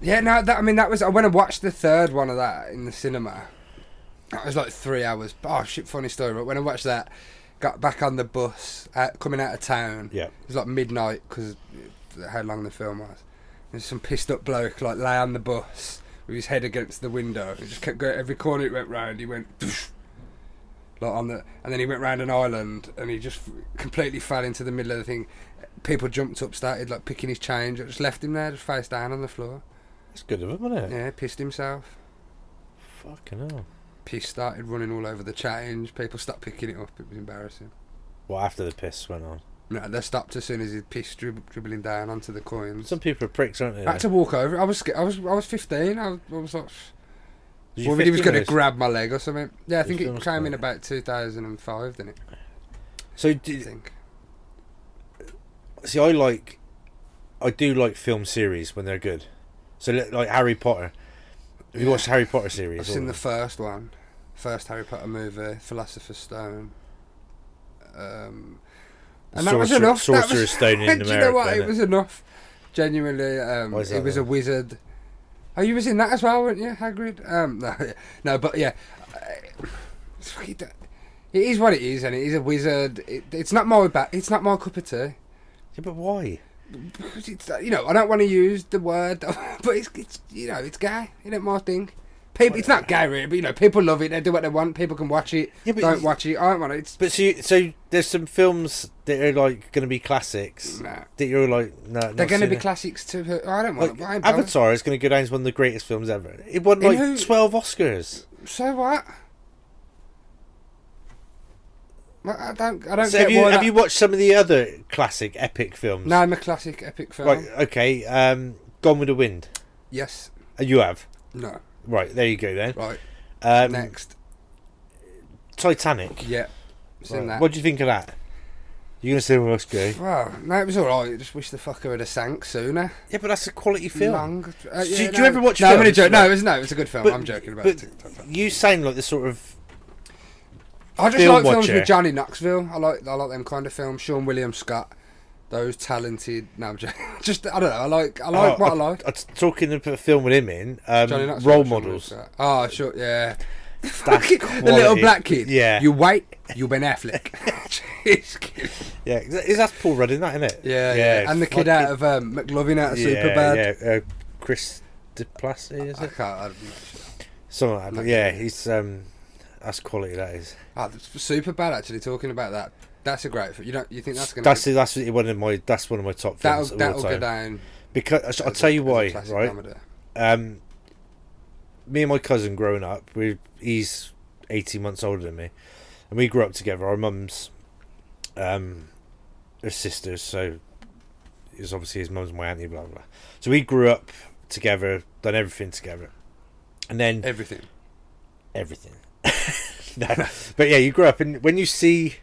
B: yeah, no, that I mean that was when I watched the third one of that in the cinema. That was like three hours. Oh shit, funny story. But when I watched that, got back on the bus out, coming out of town.
A: Yeah.
B: It was like midnight because how long the film was. There's some pissed up bloke like lay on the bus with his head against the window. It just kept going every corner it went round. He went like on the and then he went round an island and he just completely fell into the middle of the thing. People jumped up, started like picking his change. I just left him there, just face down on the floor.
A: That's good of him, isn't it?
B: Yeah, pissed himself.
A: Fucking hell.
B: Piss started running all over the change. People stopped picking it up. It was embarrassing.
A: Well, after the piss went on,
B: No, they stopped as soon as his piss drib- dribbling down onto the coins.
A: some people are pricks, aren't they?
B: I had to walk over. I was sca- I was I was 15. I was, I was like,
A: Did you
B: worried he was
A: 15
B: going to
A: those?
B: grab my leg or something. Yeah, I
A: You
B: think
A: still
B: it
A: must
B: came
A: know.
B: in about 2005, didn't it?
A: So
B: I
A: do,
B: think.
A: see, I like, I do like film series when they're good. So li- like Harry Potter. Have you
B: Yeah.
A: watched Harry Potter series?
B: I've
A: all
B: seen
A: of
B: the
A: them?
B: first one, first Harry Potter movie, Philosopher's Stone. Um, and that was
A: Sorcerer-
B: enough. That was-
A: Sorcerer's Stone in
B: Do you know what?
A: America,
B: It
A: innit?
B: was enough. Genuinely, um,
A: Why is
B: he
A: that
B: was a
A: then?
B: wizard. Oh, you was in that as well, weren't you, Hagrid? Um, no, yeah. no, but yeah, Uh, it's fucking d- it is what it is, and it is a wizard. It, it's not my ba- It's not my cup of tea.
A: Yeah, but why?
B: Because it's uh, you know I don't want to use the word, but it's, it's you know it's gay. Isn't it my thing? People, it's not gay, really, but you know people love it. They do what they want. People can watch it.
A: Yeah, but
B: don't
A: you-
B: watch it. I don't want it. It's
A: But so, so there's some films that are like going to be classics
B: nah.
A: that you're like, no,
B: They're going to be
A: classics.
B: classics too. but I don't
A: Like,
B: want it. I ain't bothered.
A: Avatar is going to go down as one of the greatest films ever. It won
B: In
A: like
B: who-
A: twelve Oscars.
B: So what? Well, I don't. I don't
A: So
B: get
A: have you
B: why.
A: have
B: that-
A: you watched some of the other classic epic films?
B: No, I'm a classic epic film.
A: Right. Okay. Um, Gone with the Wind.
B: Yes.
A: Uh, You have.
B: No.
A: Right. There you go. Then.
B: Right.
A: Um,
B: Next.
A: Titanic.
B: Yeah. Seen
A: Right,
B: that.
A: What do you think of that? You're gonna say well, that's gay.
B: Well, no, it was all right. I just wish the fucker would have sank sooner.
A: Yeah, but that's a quality film.
B: Long- uh,
A: Do-
B: yeah,
A: do
B: no.
A: you ever watch
B: No, I'm only
A: films?
B: joking. No, it was no, it was a good film.
A: But-
B: I'm joking about
A: but
B: it.
A: You sound like the sort of
B: I just
A: film
B: like films
A: watcher.
B: with Johnny Knoxville. I like I like them kind of films. Sean William Scott, those talented. No, I'm joking. just I don't know. I like I like
A: Oh,
B: what I, like.
A: I, was talking about a film with him in um,
B: Johnny Knoxville,
A: role
B: Sean
A: models.
B: William Scott. Oh, sure, yeah.
A: That's
B: the little
A: quality.
B: black kid.
A: Yeah.
B: You wait, you Ben Affleck. Jeez, kid.
A: Yeah, is that Paul Rudd in that? Isn't it?
B: yeah, yeah, And the kid out of um, McLovin out of Superbad.
A: Yeah, yeah. Uh, Chris DePlacy is
B: I
A: it?
B: can't. I'm not sure.
A: Something like that. But yeah, he's um, that's quality. That is.
B: Ah, super bad actually. Talking about that, that's a great. film. You don't. You think that's gonna?
A: That's that's one of my that's one of my top
B: that'll
A: films of all
B: that'll go
A: time.
B: down.
A: Because I'll
B: as a-
A: tell you
B: as a
A: why,
B: classic
A: right?
B: comedy.
A: um, me and my cousin growing up, we he's eighteen months older than me, and we grew up together. Our mum's, um, her sisters, so it was obviously his mum's my auntie, blah blah. So we grew up together, done everything together, and then
B: Everything.
A: everything. no, but yeah, you grew up, and when you see,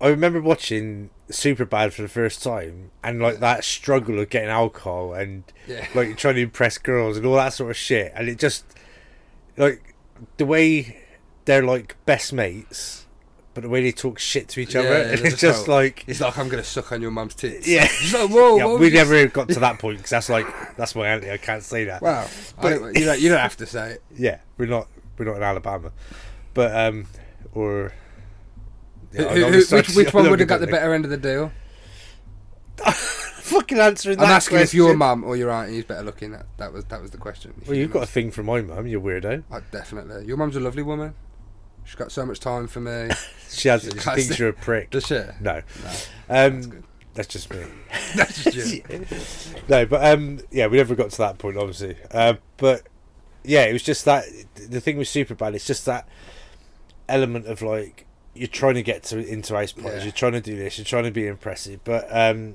A: I remember watching Superbad for the first time, and like that struggle of getting alcohol and
B: Yeah.
A: like trying to impress girls and all that sort of shit, and it just like the way they're like best mates, but the way they talk shit to each other,
B: Yeah,
A: and
B: they're
A: it's just
B: like-
A: like.
B: It's like I'm gonna suck on your mum's tits.
A: Yeah,
B: It's like, whoa,
A: yeah
B: whoa,
A: we
B: you-
A: never got to that point because that's like that's my auntie. I can't say that.
B: Wow. I
A: But-
B: don't- you don't. You don't have to say it.
A: yeah, we're not we're not in Alabama, but um, or Yeah, I
B: Who-
A: don't
B: who-
A: decide-
B: which which
A: I
B: one
A: don't
B: would have got the
A: decide.
B: better end of the deal?
A: Fucking answering
B: I'm
A: that
B: asking if
A: question.
B: your mum or your auntie is better looking. That that was that was the question. If
A: Well,
B: you
A: you've got
B: didn't
A: a thing for my mum. You weirdo.
B: ask- Oh, definitely. Your mum's a lovely woman. She's got so much time for me.
A: She has. She
B: She
A: thinks
B: has-
A: you're a prick.
B: Does she?
A: No,
B: No,
A: um,
B: that's good.
A: that's just me.
B: That's just you.
A: no, but um, yeah, we never got to that point, obviously. Uh, but yeah, it was just that the thing with Superbad. It's just that element of like you're trying to get to into house parties,
B: Yeah.
A: you're trying to do this, you're trying to be impressive. But um,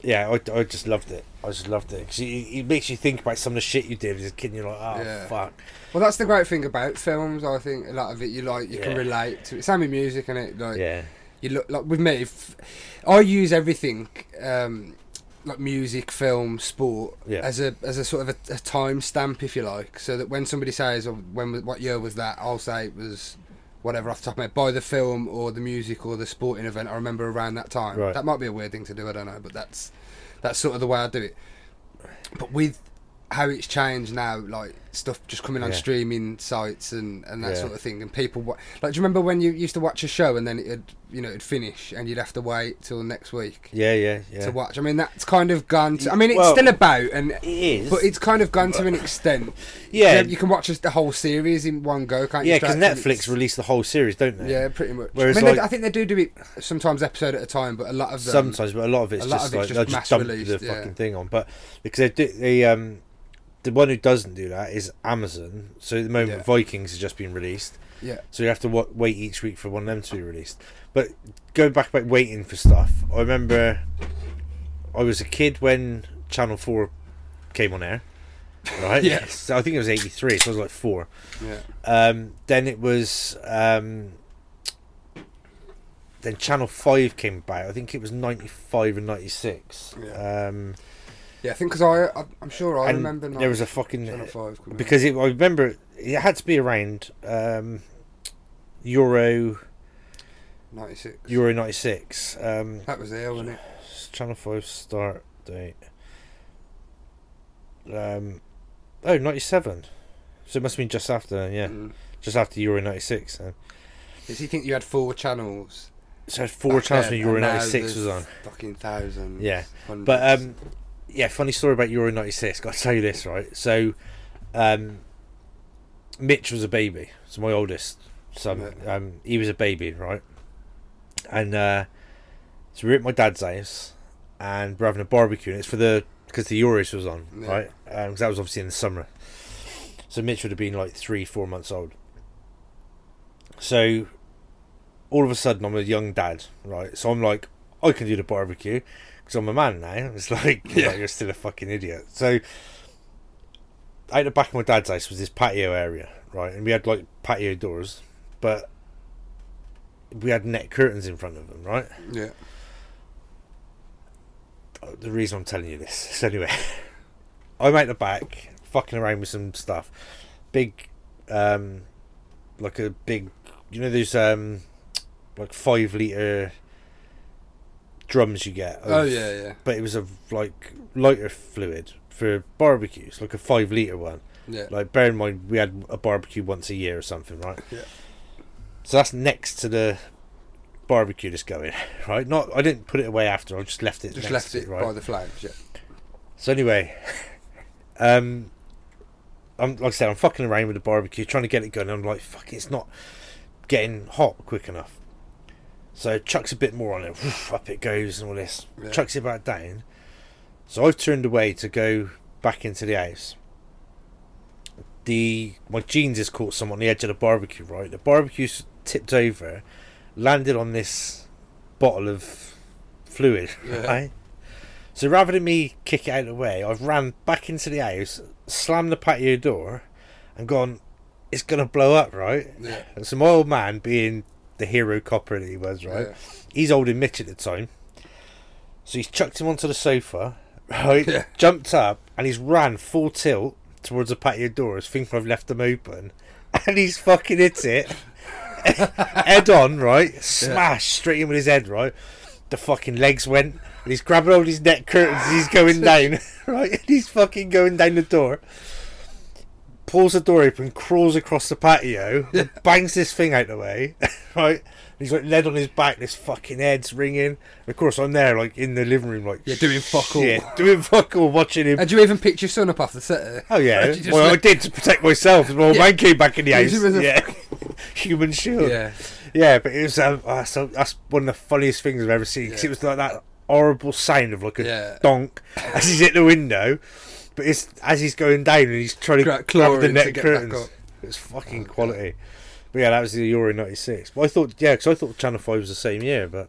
A: yeah, I, I just loved it. I just loved it 'Cause it, it makes you think about some of the shit you did as a kid. And you're like, oh
B: Yeah.
A: fuck,
B: Well, that's the great thing about films. I think a lot of it you like, you
A: Yeah.
B: can relate to. it. Same with music, and it like
A: yeah,
B: you look like with me. If, I use everything um, like music, film, sport
A: Yeah.
B: as a as a sort of a, a time stamp, if you like, so that when somebody says oh, when was- what year was that, I'll say it was whatever off the top of my head by the film or the music or the sporting event. I remember around that time.
A: Right.
B: That might be a weird thing to do. I don't know, but that's that's sort of the way I do it. But with how it's changed now, like stuff just coming on
A: Yeah.
B: streaming sites and, and that
A: Yeah.
B: sort of thing, and people wa- like. Do you remember when you used to watch a show and then it'd you know it'd finish and you'd have to wait till next week
A: yeah, yeah, yeah.
B: to watch? I mean that's kind of gone. To, I mean it's
A: Well,
B: still about and
A: It is,
B: but it's kind of gone to an extent.
A: yeah,
B: you, you can watch just the whole series in one go, can't you?
A: yeah, because
B: straight from
A: Netflix
B: its-
A: released the whole series, don't they?
B: Yeah, pretty much.
A: Whereas,
B: I mean, they-
A: like-
B: I think they do do it sometimes episode at a time, but a lot of them.
A: sometimes, but a lot of it's
B: a lot
A: just
B: of it's
A: like
B: just
A: they'll just
B: mass
A: dump
B: released,
A: the
B: yeah.
A: fucking thing on. But because they do, they um, the one who doesn't do that is Amazon. So at the moment,
B: Yeah.
A: Vikings has just been released,
B: Yeah.
A: so you have to wa wait each week for one of them to be released. But going back about waiting for stuff, I remember I was a kid when Channel Four came on air. Right.
B: Yeah.
A: So I think it was eighty three. So I was like four.
B: Yeah.
A: Um, then it was um, then Channel Five came about. I think it was ninety five and ninety six.
B: Yeah.
A: Um,
B: Yeah, I think because I, I, I'm sure I
A: and
B: remember.
A: there was a
B: Channel
A: fucking
B: Five coming out.
A: because it, I remember it had to be around um, Euro
B: 96.
A: Euro ninety six. Um,
B: That was there, wasn't it?
A: Channel Five start date. Um, oh, 97. So it must have been just after then, yeah,
B: Mm.
A: just after Euro ninety six. Then.
B: Does he think you had four channels?
A: So four
B: back
A: channels
B: then,
A: when Euro
B: and now
A: ninety six
B: there's
A: was on.
B: Fucking thousands.
A: Yeah,
B: hundreds.
A: But um, yeah, funny story about Euro '96. Got to tell you this, right? So, um, Mitch was a baby. So my oldest son, um, he was a baby, right? And uh, so we were at my dad's house, and we're having a barbecue. And it's for the because the Euros was on,
B: Yeah.
A: right? Because that was obviously in the summer. So Mitch would have been like three, four months old. So all of a sudden, I'm a young dad, right? So I'm like, I can do the barbecue because I'm a man now. It's like,
B: Yeah.
A: like, you're still a fucking idiot. So out the back of my dad's house was this patio area, right? And we had like patio doors, but we had net curtains in front of them, right?
B: Yeah.
A: Oh, The reason I'm telling you this. So anyway, I'm out the back, fucking around with some stuff. Big, um, like a big, you know those um, like five liter drums you get.
B: Oh
A: of-
B: yeah, yeah,
A: But it was a like lighter fluid for barbecues, like a five liter one.
B: yeah.
A: Like, bear in mind, we had a barbecue once a year or something, right?
B: Yeah.
A: So that's next to the barbecue that's going, right? Not, I didn't put it away after. I just left it.
B: Just
A: next
B: left
A: to
B: it
A: right?
B: by the flames. Yeah.
A: So anyway, um, I'm like I said, I'm fucking around with the barbecue, trying to get it going. I'm like, fuck, it's not getting hot quick enough. So chucks a bit more on it, woof, up it goes, and all this.
B: Yeah.
A: Chucks it back down. So I've turned away to go back into the house. The my jeans has caught some on the edge of the barbecue. Right, the barbecue's tipped over, landed on this bottle of fluid.
B: Yeah.
A: Right. So rather than me kick it out of the way, I've ran back into the house, slammed the patio door, and gone, it's going to blow up, right?
B: Yeah.
A: And so my old man, being the hero copper that he was, right?
B: Yeah.
A: He's holding Mitch at the time. So he's chucked him onto the sofa, right?
B: Yeah.
A: Jumped up, and he's ran full tilt towards the patio doors, thinking I've left them open. And he's fucking hit it. head on, right? Smash straight in with his head, right? The fucking legs went, and he's grabbing all his neck curtains. as He's going down, right? And he's fucking going down the door. Pulls the door open, crawls across the patio, bangs this thing out the way, right? And he's like lead on his back. This fucking head's ringing. Of course, I'm there, like in the living room, like
B: Yeah, doing fuck all.
A: shit, doing fuck all, watching him.
B: And you even picked your son up off the set?
A: Oh yeah.
B: You just
A: Well, I
B: let-
A: did to protect myself. as Well,
B: Yeah.
A: mine came back in the
B: Yeah,
A: house.
B: she was a-
A: Yeah. Human shield.
B: Yeah.
A: Yeah, but it was um, oh, so that's one of the funniest things I've ever seen 'cause
B: Yeah.
A: it was like that horrible sound of like a
B: Yeah.
A: donk as he's hit the window, but it's as he's going down and he's trying to
B: Gra-
A: grab the
B: clawing to
A: net
B: get back
A: curtains.
B: up. Oh,
A: It's fucking quality. But yeah, that was the Euro '96. But I thought, yeah, because I thought Channel Five was the same year, but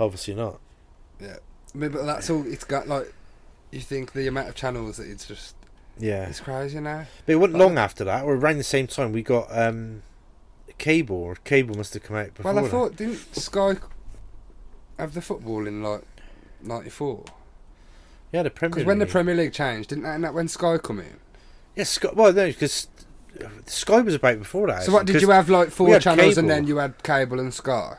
A: obviously not.
B: Yeah. I mean, but that's all. It's got like. You think the amount of channels that it's just
A: Yeah,
B: it's crazy now.
A: but it wasn't long after that, or around the same time, we got um, cable. Or cable must have come out before.
B: Well, I
A: that.
B: thought didn't Sky have the football in like '94?
A: yeah, the Premier.
B: Because when the
A: League.
B: Premier League changed, didn't that, and that when Sky come in?
A: Yeah, Sky, well, no, because Sky was about before that.
B: So what
A: actually,
B: did
A: 'cause-
B: you have like
A: we
B: four
A: had
B: channels,
A: cable.
B: and then you had cable and Sky?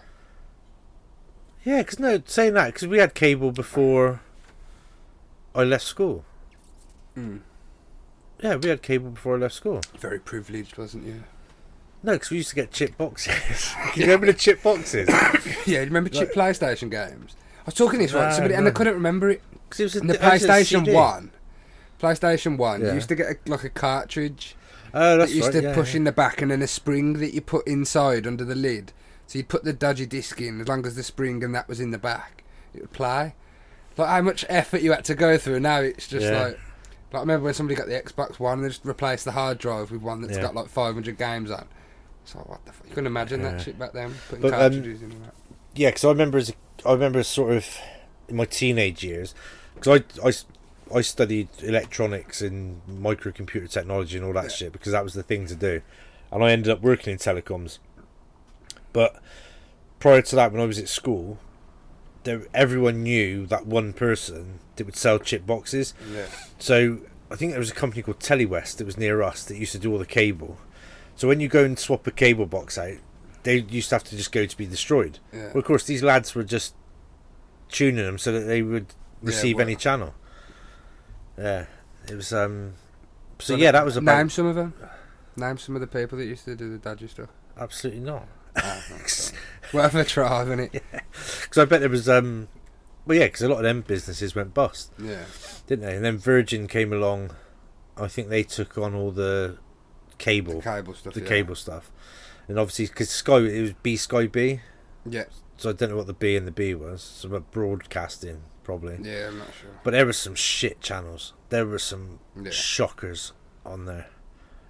A: Yeah, because no, saying that because we had cable before I left school.
B: Mm.
A: Yeah, we had cable before I left school.
B: Very privileged, wasn't you?
A: No, because we used to get chip boxes. Can you remember the chip boxes?
B: yeah, you remember cheap PlayStation games? I was talking this
A: No,
B: right, somebody, and
A: no.
B: I couldn't remember it.
A: 'Cause it was a,
B: And the
A: it was a
B: PlayStation
A: CD.
B: One, PlayStation One,
A: Yeah.
B: you used to get a, like a cartridge
A: Oh, that's
B: that used
A: right.
B: to
A: yeah,
B: push
A: yeah.
B: in the back, and then a spring that you put inside under the lid. So you put the dodgy disc in, as long as the spring and that was in the back, it would play. Like how much effort you had to go through. Now it's just
A: Yeah.
B: like. Like I remember when somebody got the Xbox One and they just replaced the hard drive with one that's
A: Yeah.
B: got like 500 games on. So what the fuck? You couldn't imagine
A: Yeah.
B: that shit back then. Putting
A: But, um,
B: cartridges in and that.
A: Yeah, because I remember as a, I remember sort of in my teenage years because I, I s- I studied electronics and microcomputer technology and all that shit because that was the thing to do, and I ended up working in telecoms. But prior to that, when I was at school, there everyone knew that one person that would sell chip boxes.
B: Yeah.
A: So I think there was a company called Telewest that was near us that used to do all the cable. So when you go and swap a cable box out, they used to have to just go to be destroyed.
B: Yeah.
A: Well, of course, these lads were just tuning them so that they would receive
B: well-
A: any channel. Yeah, it was. um So
B: Well,
A: yeah, that was about
B: Name some of them. Name some of the people that used to do the dodgy stuff.
A: absolutely not Ah.
B: Worth a try, isn't it?
A: because I bet there was. um Well, yeah, because a lot of them businesses went bust.
B: Yeah.
A: didn't they? And then Virgin came along. I think they took on all the cable, the cable,
B: Cable stuff. yeah.
A: stuff, and obviously because Sky it was B Sky B,
B: Yeah.
A: so I don't know what the B and the B was. So about broadcasting probably.
B: Yeah, I'm not sure.
A: But there were some shit channels. There were some
B: Yeah.
A: shockers on there.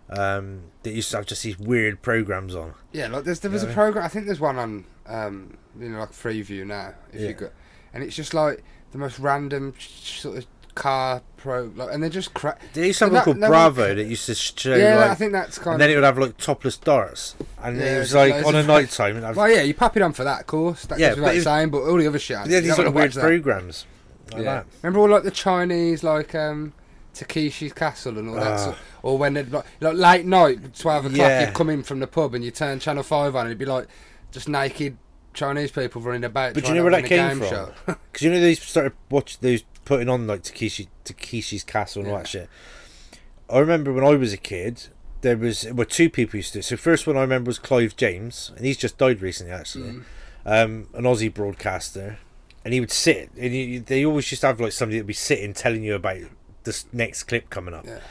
A: Um, they used to have just these weird programs on.
B: Yeah, like there's, there was
A: Yeah.
B: a program. I think there's one on, um, you know, like Freeview now. If
A: Yeah.
B: you go, and it's just like the most random sh- sort of car pro, like, and they're just crap.
A: There used something
B: that-
A: called
B: that one-
A: Bravo that used to show
B: yeah,
A: like,
B: I think that's kind
A: and
B: of.
A: then it would have like topless darts, and
B: Yeah,
A: it was
B: just
A: like
B: loads
A: on a
B: of-
A: night time. It'd have,
B: Well, yeah, you pop it on for that, of course. That
A: Yeah,
B: goes
A: but
B: without
A: it-
B: saying, but all the other shit. I-
A: yeah,
B: you
A: these
B: don't
A: sort of
B: wanna watch
A: weird
B: that.
A: programs like
B: Yeah.
A: that.
B: Remember all like the Chinese, like um, Takeshi's Castle and all that.
A: Ah.
B: sort, or when they'd like, like late night, twelve o'clock,
A: Yeah.
B: you'd come in from the pub and you turn Channel Five on, and it'd be like just naked Chinese people running about.
A: But do you
B: trying
A: know
B: to
A: where that
B: win a
A: came
B: game
A: from?
B: show.
A: Because you know they started watch those putting on like Takeshi Takeshi's Castle and all
B: Yeah.
A: that shit. I remember when I was a kid, there was well two people used to. do it. So first one I remember was Clive James, and he's just died recently actually,
B: Mm.
A: um, an Aussie broadcaster, and he would sit and you, they always used to have like somebody that'd be sitting telling you about this next clip coming up,
B: Yeah.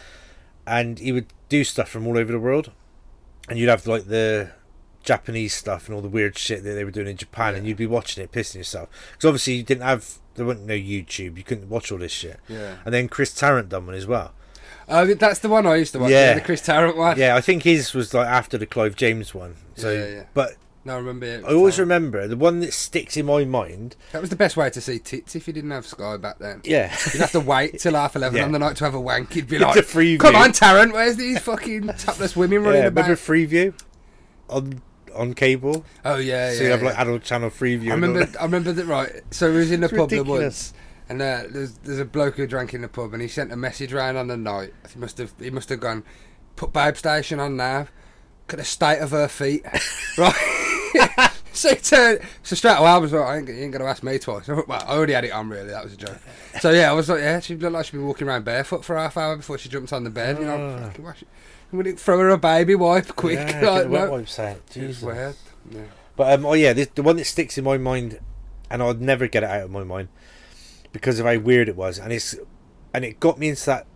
A: and he would do stuff from all over the world, and you'd have like the Japanese stuff and all the weird shit that they were doing in Japan, and you'd be watching it, pissing yourself. Because obviously you didn't have, there wasn't no YouTube, you couldn't watch all this shit.
B: Yeah.
A: And then Chris Tarrant done one as well.
B: Oh, that's the one I used to watch.
A: Yeah.
B: Yeah, the Chris Tarrant one.
A: Yeah, I think his was like after the Clive James one. So,
B: Yeah, yeah.
A: but
B: No, I remember it.
A: I always remember the one that sticks in my mind.
B: That was the best way to see tits if you didn't have Sky back then.
A: Yeah.
B: You'd have to wait till half eleven
A: Yeah.
B: on the night to have a wank. You'd be
A: It's
B: like,
A: a free
B: "Come
A: view."
B: on, Tarrant, where's these fucking topless women running
A: yeah,
B: about?"
A: remember Freeview on on cable?
B: oh yeah, yeah.
A: so you have
B: yeah.
A: like adult channel Freeview.
B: I
A: and all
B: remember.
A: that.
B: I remember that. Right. So we was in the
A: It's
B: pub the
A: ridiculous.
B: once, and uh, there's there's a bloke who drank in the pub, and he sent a message round on the night. He must have he must have gone, put Babe Station on now. Look at the state of her feet. right. so he turned. So straight away I was like, I ain't, you ain't gonna ask me twice. Well, I already had it on. Really, that was a joke. So yeah, I was like, yeah, she looked like she'd been walking around barefoot for half hour before she jumped on the bed. You know,
A: Ah.
B: fucking wash it. Would it throw her a baby wipe quick?
A: Yeah, get
B: like,
A: the wet
B: no.
A: wipes out.
B: It was
A: Jesus.
B: weird. Yeah.
A: But um, oh yeah, this, the one that sticks in my mind, and I'd never get it out of my mind because of how weird it was, and it's and it got me into that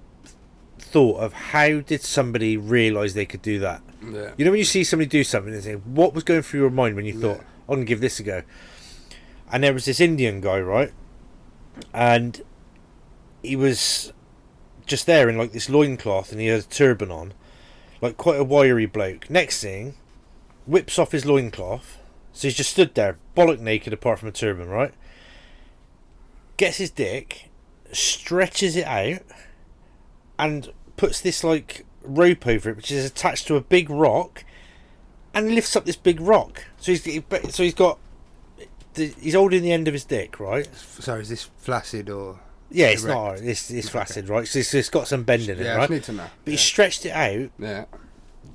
A: thought of how did somebody realize they could do that?
B: Yeah.
A: You know when you see somebody do something and say, what was going through your mind when you thought,
B: Yeah.
A: I'm gonna give this a go? And there was this Indian guy, right? And he was just there in like this loincloth and he had a turban on. Like quite a wiry bloke. Next thing, whips off his loincloth. So he's just stood there, bollock naked apart from a turban, right? Gets his dick, stretches it out, and puts this like rope over it, which is attached to a big rock, and lifts up this big rock. So he's so he's got the- he's holding the end of his dick, right?
B: Sorry, is this flaccid or?
A: Yeah, it's
B: Correct.
A: not it's it's flaccid, right? So it's, it's got some bend in it,
B: Yeah, I
A: right?
B: just need to know.
A: But he stretched it out,
B: Yeah.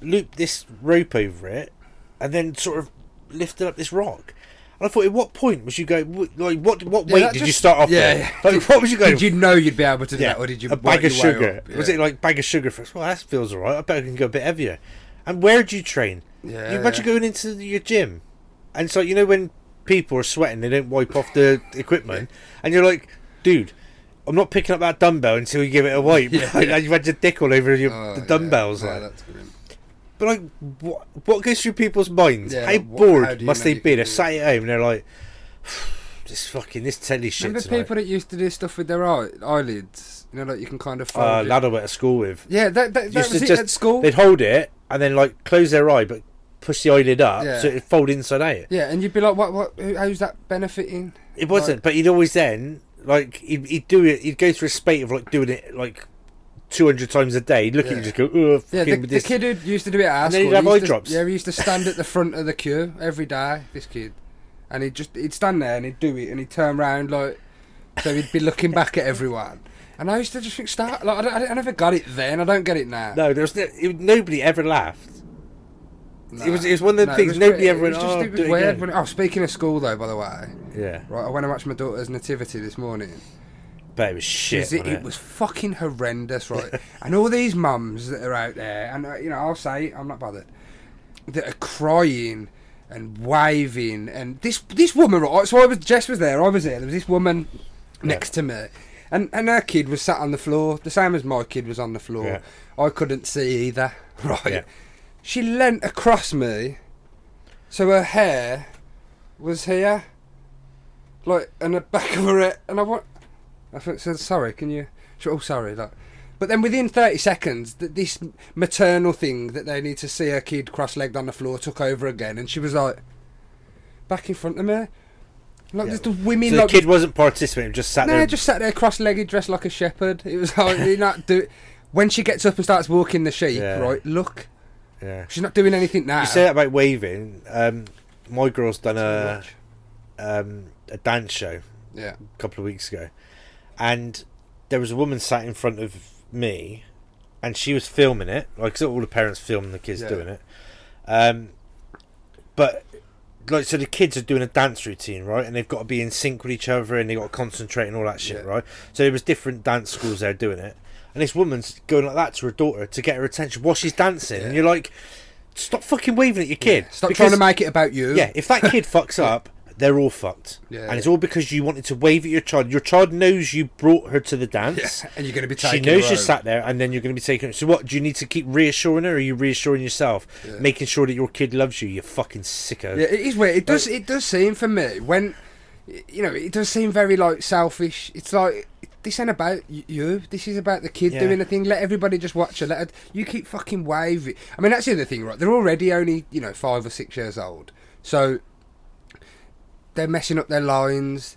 A: looped this rope over it, and then sort of lifted up this rock. And I thought, at what point was you go? wh- Like, what what
B: Yeah,
A: weight
B: that
A: did you
B: just-
A: start off?
B: yeah,
A: with?
B: yeah.
A: Like, what was you going?
B: Did you know you'd be able to do
A: yeah,
B: that, or did you?
A: a bag
B: work
A: of
B: your way
A: sugar?
B: up?
A: Was
B: Yeah.
A: it like bag of sugar first? Well, that feels alright. I bet I can go a bit heavier. And where do you train?
B: Yeah,
A: you imagine
B: yeah.
A: going into your gym, and it's like you know when people are sweating, they don't wipe off the equipment, and you're like, dude. I'm not picking up that dumbbell until you give it a wipe.
B: Yeah.
A: Like, You've had your dick all over your,
B: Oh,
A: the
B: yeah.
A: dumbbells.
B: No,
A: like.
B: that's grim.
A: But like, what what goes through people's minds?
B: Yeah,
A: how
B: what-
A: bored
B: how do you
A: must
B: know
A: they
B: you
A: be?
B: can
A: They're
B: do
A: sat at home and they're like, this fucking this telly shit.
B: Remember
A: tonight.
B: people that used to do stuff with their eye- eyelids? You know, like you can kind of.
A: uh,
B: fold it.
A: lad I went to school with
B: Yeah, that, that, that
A: used
B: was
A: to
B: it
A: just
B: at school.
A: They'd hold it and then like close their eye, but push the eyelid up
B: Yeah.
A: so it'd fold inside out.
B: Yeah, and you'd be like, "What? What? Who, how's that benefiting?"
A: It wasn't, but he'd always then like he'd, he'd do it. He'd go through a spate of like doing it like two hundred times a day. He'd look at
B: Yeah.
A: you and just go, oh,
B: Yeah,
A: fucking
B: the, the
A: this.
B: kid who used to do it at our
A: And then he'd
B: school,
A: have
B: he
A: eye
B: used to-
A: drops.
B: Yeah, he used to stand at the front of the queue every day. This kid, and he'd just he'd stand there and he'd do it and he'd turn round like so he'd be looking back at everyone. And I used to just think, start like I, don't, I, don't- I never got it then. I don't get it now.
A: No, there was no, it, nobody ever laughed.
B: Nah.
A: It was it was one of the
B: No, it
A: things
B: was
A: nobody
B: weird.
A: ever
B: It
A: went.
B: was
A: oh,
B: just- it was
A: do it
B: weird
A: again."
B: when- oh, speaking of school though, by the way,
A: Yeah,
B: right? I went and watched my daughter's nativity this morning.
A: but it was shit.
B: Is it,
A: wasn't
B: it was fucking horrendous, right? and all these mums that are out there, and uh, you know, I'll say, it, I'm not bothered, that are crying and waving, and this this woman, right? So I was, Jess was there, I was there. There was this woman next to me, and and her kid was sat on the floor, the same as my kid was on the floor. I couldn't see either, right?
A: Yeah.
B: She leant across me, so her hair was here, like, and the back of her head, and I want. I thought, said, sorry, can you? She went, oh, sorry, like. But then within 30 seconds, that this maternal thing that they need to see her kid cross legged on the floor took over again, and she was like, back in front of me. Like
A: Yeah.
B: just the women
A: So the
B: like
A: kid wasn't participating; just sat
B: No,
A: there.
B: just sat there cross-legged, dressed like a shepherd. It was like you're not do. When she gets up and starts walking the sheep,
A: Yeah.
B: right? Look,
A: yeah.
B: she's not doing anything now.
A: You say that about waving. Um, my girl's done a
B: Watch.
A: um, a dance show
B: yeah,
A: a couple of weeks ago, and there was a woman sat in front of me, and she was filming it. Like 'cause all the parents filming the kids
B: Yeah.
A: doing it, um, but like so the kids are doing a dance routine right, and they've got to be in sync with each other, and they have got to concentrate and all that shit
B: Yeah.
A: right. So there was different dance schools there doing it, and this woman's going like that to her daughter to get her attention while she's dancing, and
B: Yeah.
A: you're like. Stop fucking waving at your kid.
B: stop
A: because-
B: trying to make it about you.
A: yeah, if that kid fucks up, they're all fucked.
B: Yeah,
A: and it's
B: yeah.
A: all because you wanted to wave at your child. Your child knows you brought her to the dance.
B: and you're going to be
A: She
B: taking.
A: knows
B: her
A: you
B: home.
A: sat there, and then you're going to be taking. So what? Do you need to keep reassuring her, or are you reassuring yourself,
B: Yeah.
A: making sure that your kid loves you? You fucking sicko.
B: Yeah, it is weird. It does. It does seem for me when, you know, it does seem very like selfish. It's like this ain't about y- you. This is about the kid
A: Yeah.
B: doing the thing. Let everybody just watch her. Let her, you keep fucking waving. I mean, that's the other thing, right? They're already only you know five or six years old, so they're messing up their lines.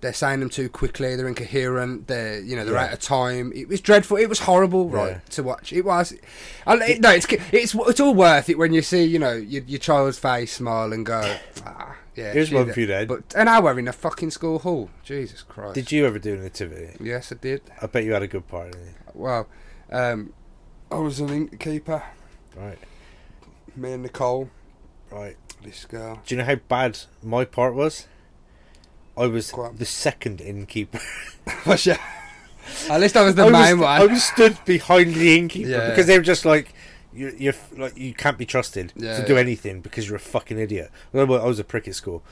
B: They're saying them too quickly. They're incoherent. They're you know they're
A: Yeah.
B: out of time. It was dreadful. It was horrible, right,
A: Yeah.
B: to watch. It was. I, it, no, it's it's it's all worth it when you see you know your, your child's face smile and go, ah, yeah.
A: Here's
B: she
A: one
B: did."
A: for you, Dad.
B: But an hour in a fucking school hall. Jesus Christ.
A: Did you ever do a nativity?
B: Yes, I did.
A: I bet you had a good part in it.
B: Well, um, I was an innkeeper.
A: Right,
B: Me and Nicole,
A: right.
B: this girl.
A: Do you know how bad my part was? I was
B: Go on.
A: the second innkeeper.
B: Was she? At least I was the
A: I was,
B: main one.
A: I was stood behind the innkeeper
B: Yeah.
A: because they were just like, you, you're f- like you can't be trusted
B: Yeah,
A: to do
B: yeah.
A: anything because you're a fucking idiot. Well, I was a prick at school.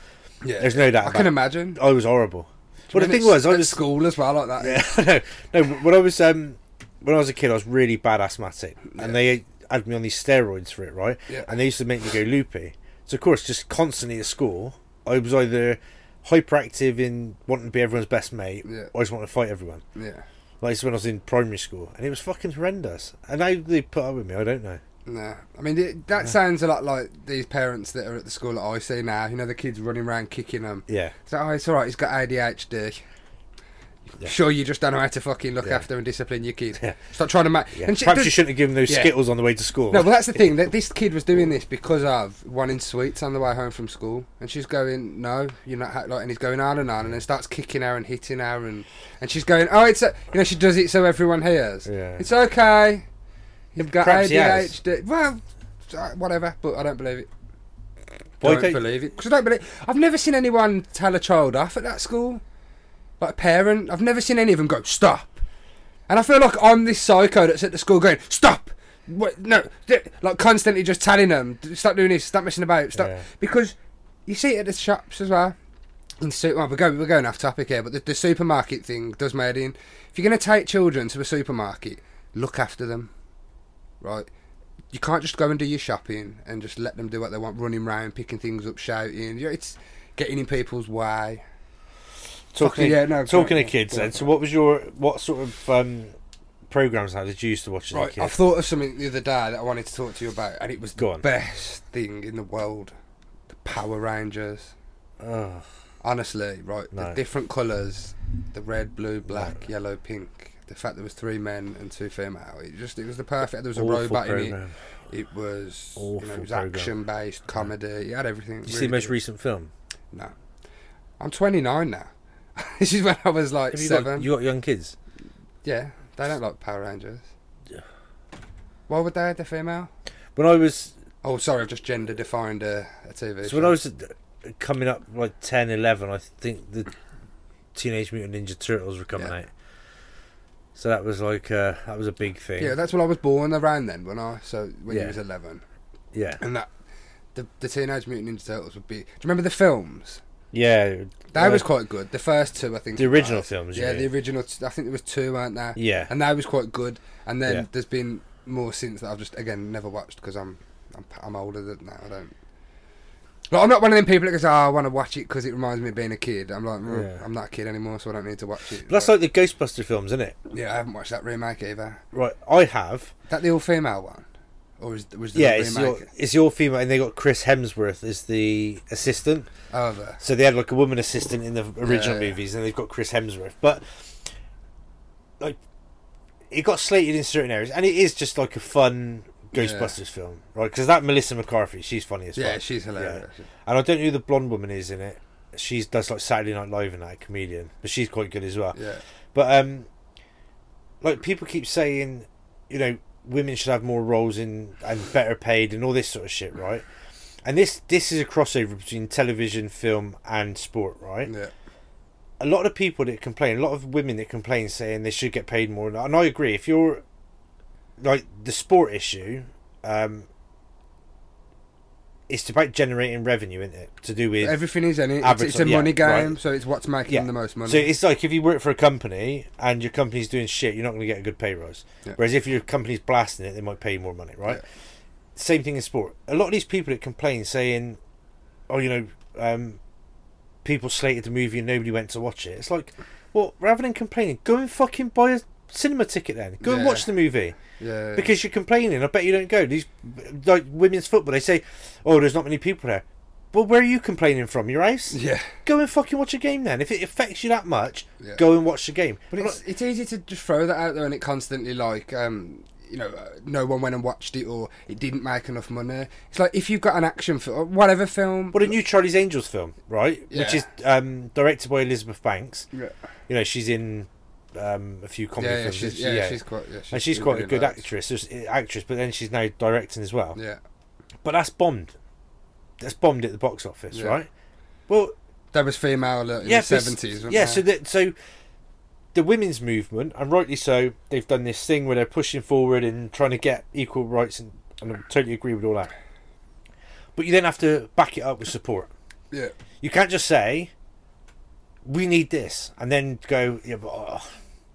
B: yeah.
A: There's no doubt.
B: I
A: about
B: can
A: it.
B: imagine.
A: I was horrible. But the
B: When
A: thing
B: it's
A: was, I
B: at
A: was
B: school as well like that.
A: yeah, no, no. When I was um, when I was a kid, I was really bad asthmatic, and they had me on these steroids for it, right?
B: Yeah.
A: And they used to make me go loopy. So of course, just constantly at school, I was either hyperactive in wanting to be everyone's best mate,
B: Yeah.
A: or I just wanted to fight everyone.
B: Yeah.
A: Like it's when I was in primary school, and it was fucking horrendous. And how they put up with me, I don't know.
B: No, I mean it, that sounds a lot like these parents that are at the school that I see now. You know, the kids running around kicking them.
A: Yeah,
B: It's like, oh, it's all right. He's got ADHD. Sure, you just don't know how to fucking look
A: Yeah.
B: after and discipline your kid.
A: Yeah.
B: Stop trying to make.
A: yeah.
B: And she,
A: Perhaps
B: does-
A: you shouldn't have given those
B: Yeah.
A: skittles on the way to school.
B: no, well, that's the thing. That this kid was doing this because of wanting sweets on the way home from school, and she's going, "No, you're not." ha- Like, and he's going on and on, and then starts kicking her and hitting her, and and she's going, "Oh, it's a, you know." She does it so everyone hears.
A: Yeah.
B: It's okay. You've got
A: perhaps he has.
B: ADHD. Well, uh, whatever. But I don't believe it.
A: Why
B: don't,
A: don't-
B: believe it because I don't believe. I've never seen anyone tell a child off at that school, like a parent. I've never seen any of them go stop, and I feel like I'm this psycho that's at the school going stop. What, no, d- like constantly just telling them stop doing this, stop messing about, stop.
A: Yeah.
B: Because you see it at the shops as well. In super, well, we're going we're going off topic here, but the, the supermarket thing does my head in. If you're going to take children to a supermarket, look after them, right? you can't just go and do your shopping and just let them do what they want, running round, picking things up, shouting. You know, it's getting in people's way.
A: talking
B: Fucking- yeah, no,
A: talking
B: go-
A: to kids.
B: go-
A: Then, so what was your what sort of um, programs now did you used to watch as a
B: Right,
A: kid?
B: I've thought of something the other day that I wanted to talk to you about, and it was
A: Go
B: the
A: on.
B: best thing in the world. The Power Rangers.
A: Ugh.
B: Honestly, right, the
A: No.
B: different colours, the red, blue, black, yellow, pink. The fact there was three men and two female, it just it was the perfect. There was a
A: Awful
B: robot in
A: programme.
B: it. It was, you know,
A: Awful
B: it was
A: programme.
B: action based comedy. It had everything.
A: Did you see the
B: Really
A: most
B: good.
A: recent film?
B: No. I'm 29 now. this is when I was like
A: Have you
B: seven.
A: got you got young kids?
B: Yeah, they don't like Power Rangers. Why would they? They're female?
A: When I was
B: Oh, sorry, I've just gender defined a, a TV
A: so
B: show.
A: when I was uh, coming up like 10, 11, I think the Teenage Mutant Ninja Turtles were coming
B: Yeah.
A: out. So that was like uh, that was a big thing.
B: yeah, that's when I was born around then, when I so when you
A: Yeah.
B: was 11.
A: yeah,
B: And that the, the Teenage Mutant Ninja Turtles would be. Do you remember the films?
A: yeah.
B: That
A: uh,
B: was quite good. The first two, I think.
A: the
B: were.
A: original films. you
B: Yeah,
A: mean?
B: the original. t- I think there was two, weren't there?
A: Yeah.
B: and that was quite good. And then
A: Yeah.
B: there's been more since that I've just again never watched because I'm, I'm I'm older than that. I don't. Like, I'm not one of them people that goes, "Oh, I want to watch it because it reminds me of being a kid." I'm like, "Mm,
A: Yeah.
B: I'm not a kid anymore, so I don't need to watch it.
A: But that's like the Ghostbuster films, isn't it?
B: yeah, I haven't watched that remake either.
A: Right, I have.
B: Is that the all female one, or is, was the
A: Yeah,
B: love
A: it's
B: remake
A: your, it's your female, and they got Chris Hemsworth as the assistant.
B: over?
A: So they had like a woman assistant in the original
B: Yeah, yeah.
A: movies, and they've got Chris Hemsworth. But like, it got slated in certain areas, and it is just like a fun
B: Yeah.
A: Ghostbusters film, right? Because that Melissa McCarthy, she's funny as
B: Yeah,
A: fuck.
B: she's hilarious.
A: and I don't know who the blonde woman is in it. She does like Saturday Night Live and that a comedian, but she's quite good as well.
B: Yeah,
A: But um, like people keep saying, you know, women should have more roles in and better paid and all this sort of shit, right? And this this is a crossover between television, film, and sport, right?
B: yeah,
A: A lot of people that complain, a lot of women that complain, saying they should get paid more, and I agree. If you're like the sport issue, um, it's about generating revenue, isn't it? To do with
B: Everything is in it. It's, it's a
A: Advertise- yeah,
B: money game,
A: right.
B: so it's what's making the most money.
A: So it's like if you work for a company and your company's doing shit, you're not going to get a good pay rise.
B: Yeah.
A: Whereas if your company's blasting it, they might pay you more money, right?
B: Yeah.
A: Same thing in sport. A lot of these people that complain saying, "Oh, you know, um, people slated the movie and nobody went to watch it." It's like, well, rather than complaining, go and fucking buy a cinema ticket then. Go and
B: Yeah.
A: watch the movie
B: yeah,
A: because you're complaining. I bet you don't go. These like women's football, they say, "Oh, there's not many people there." Well, where are you complaining from? Your house?
B: yeah.
A: go and fucking watch a game then. If it affects you that much,
B: Yeah.
A: go and watch the game.
B: But it's, it's easy to just throw that out there, and it constantly like um, you know, uh, no one went and watched it, or it didn't make enough money. It's like if you've got an action film, whatever film.
A: what a new Charlie's Angels film, right? Which
B: Yeah.
A: is um, directed by Elizabeth Banks.
B: yeah,
A: You know, she's in um, a few comedy
B: yeah, yeah,
A: films.
B: she's,
A: isn't
B: yeah,
A: she?
B: she's quite, yeah, she's
A: and she's
B: been
A: quite a
B: doing
A: good
B: loads.
A: actress, just- eh, actress, but then she's now directing as well.
B: Yeah,
A: But that's bombed. That's bombed at the box office,
B: Yeah.
A: right? Well,
B: that was female uh, in
A: yeah,
B: the
A: but s-
B: seventies.
A: Yeah, so that so the women's movement, and rightly so, they've done this thing where they're pushing forward and trying to get equal rights, and, and I totally agree with all that. But you then have to back it up with support.
B: yeah,
A: You can't just say, "We need this," and then go, "Yeah, but oh,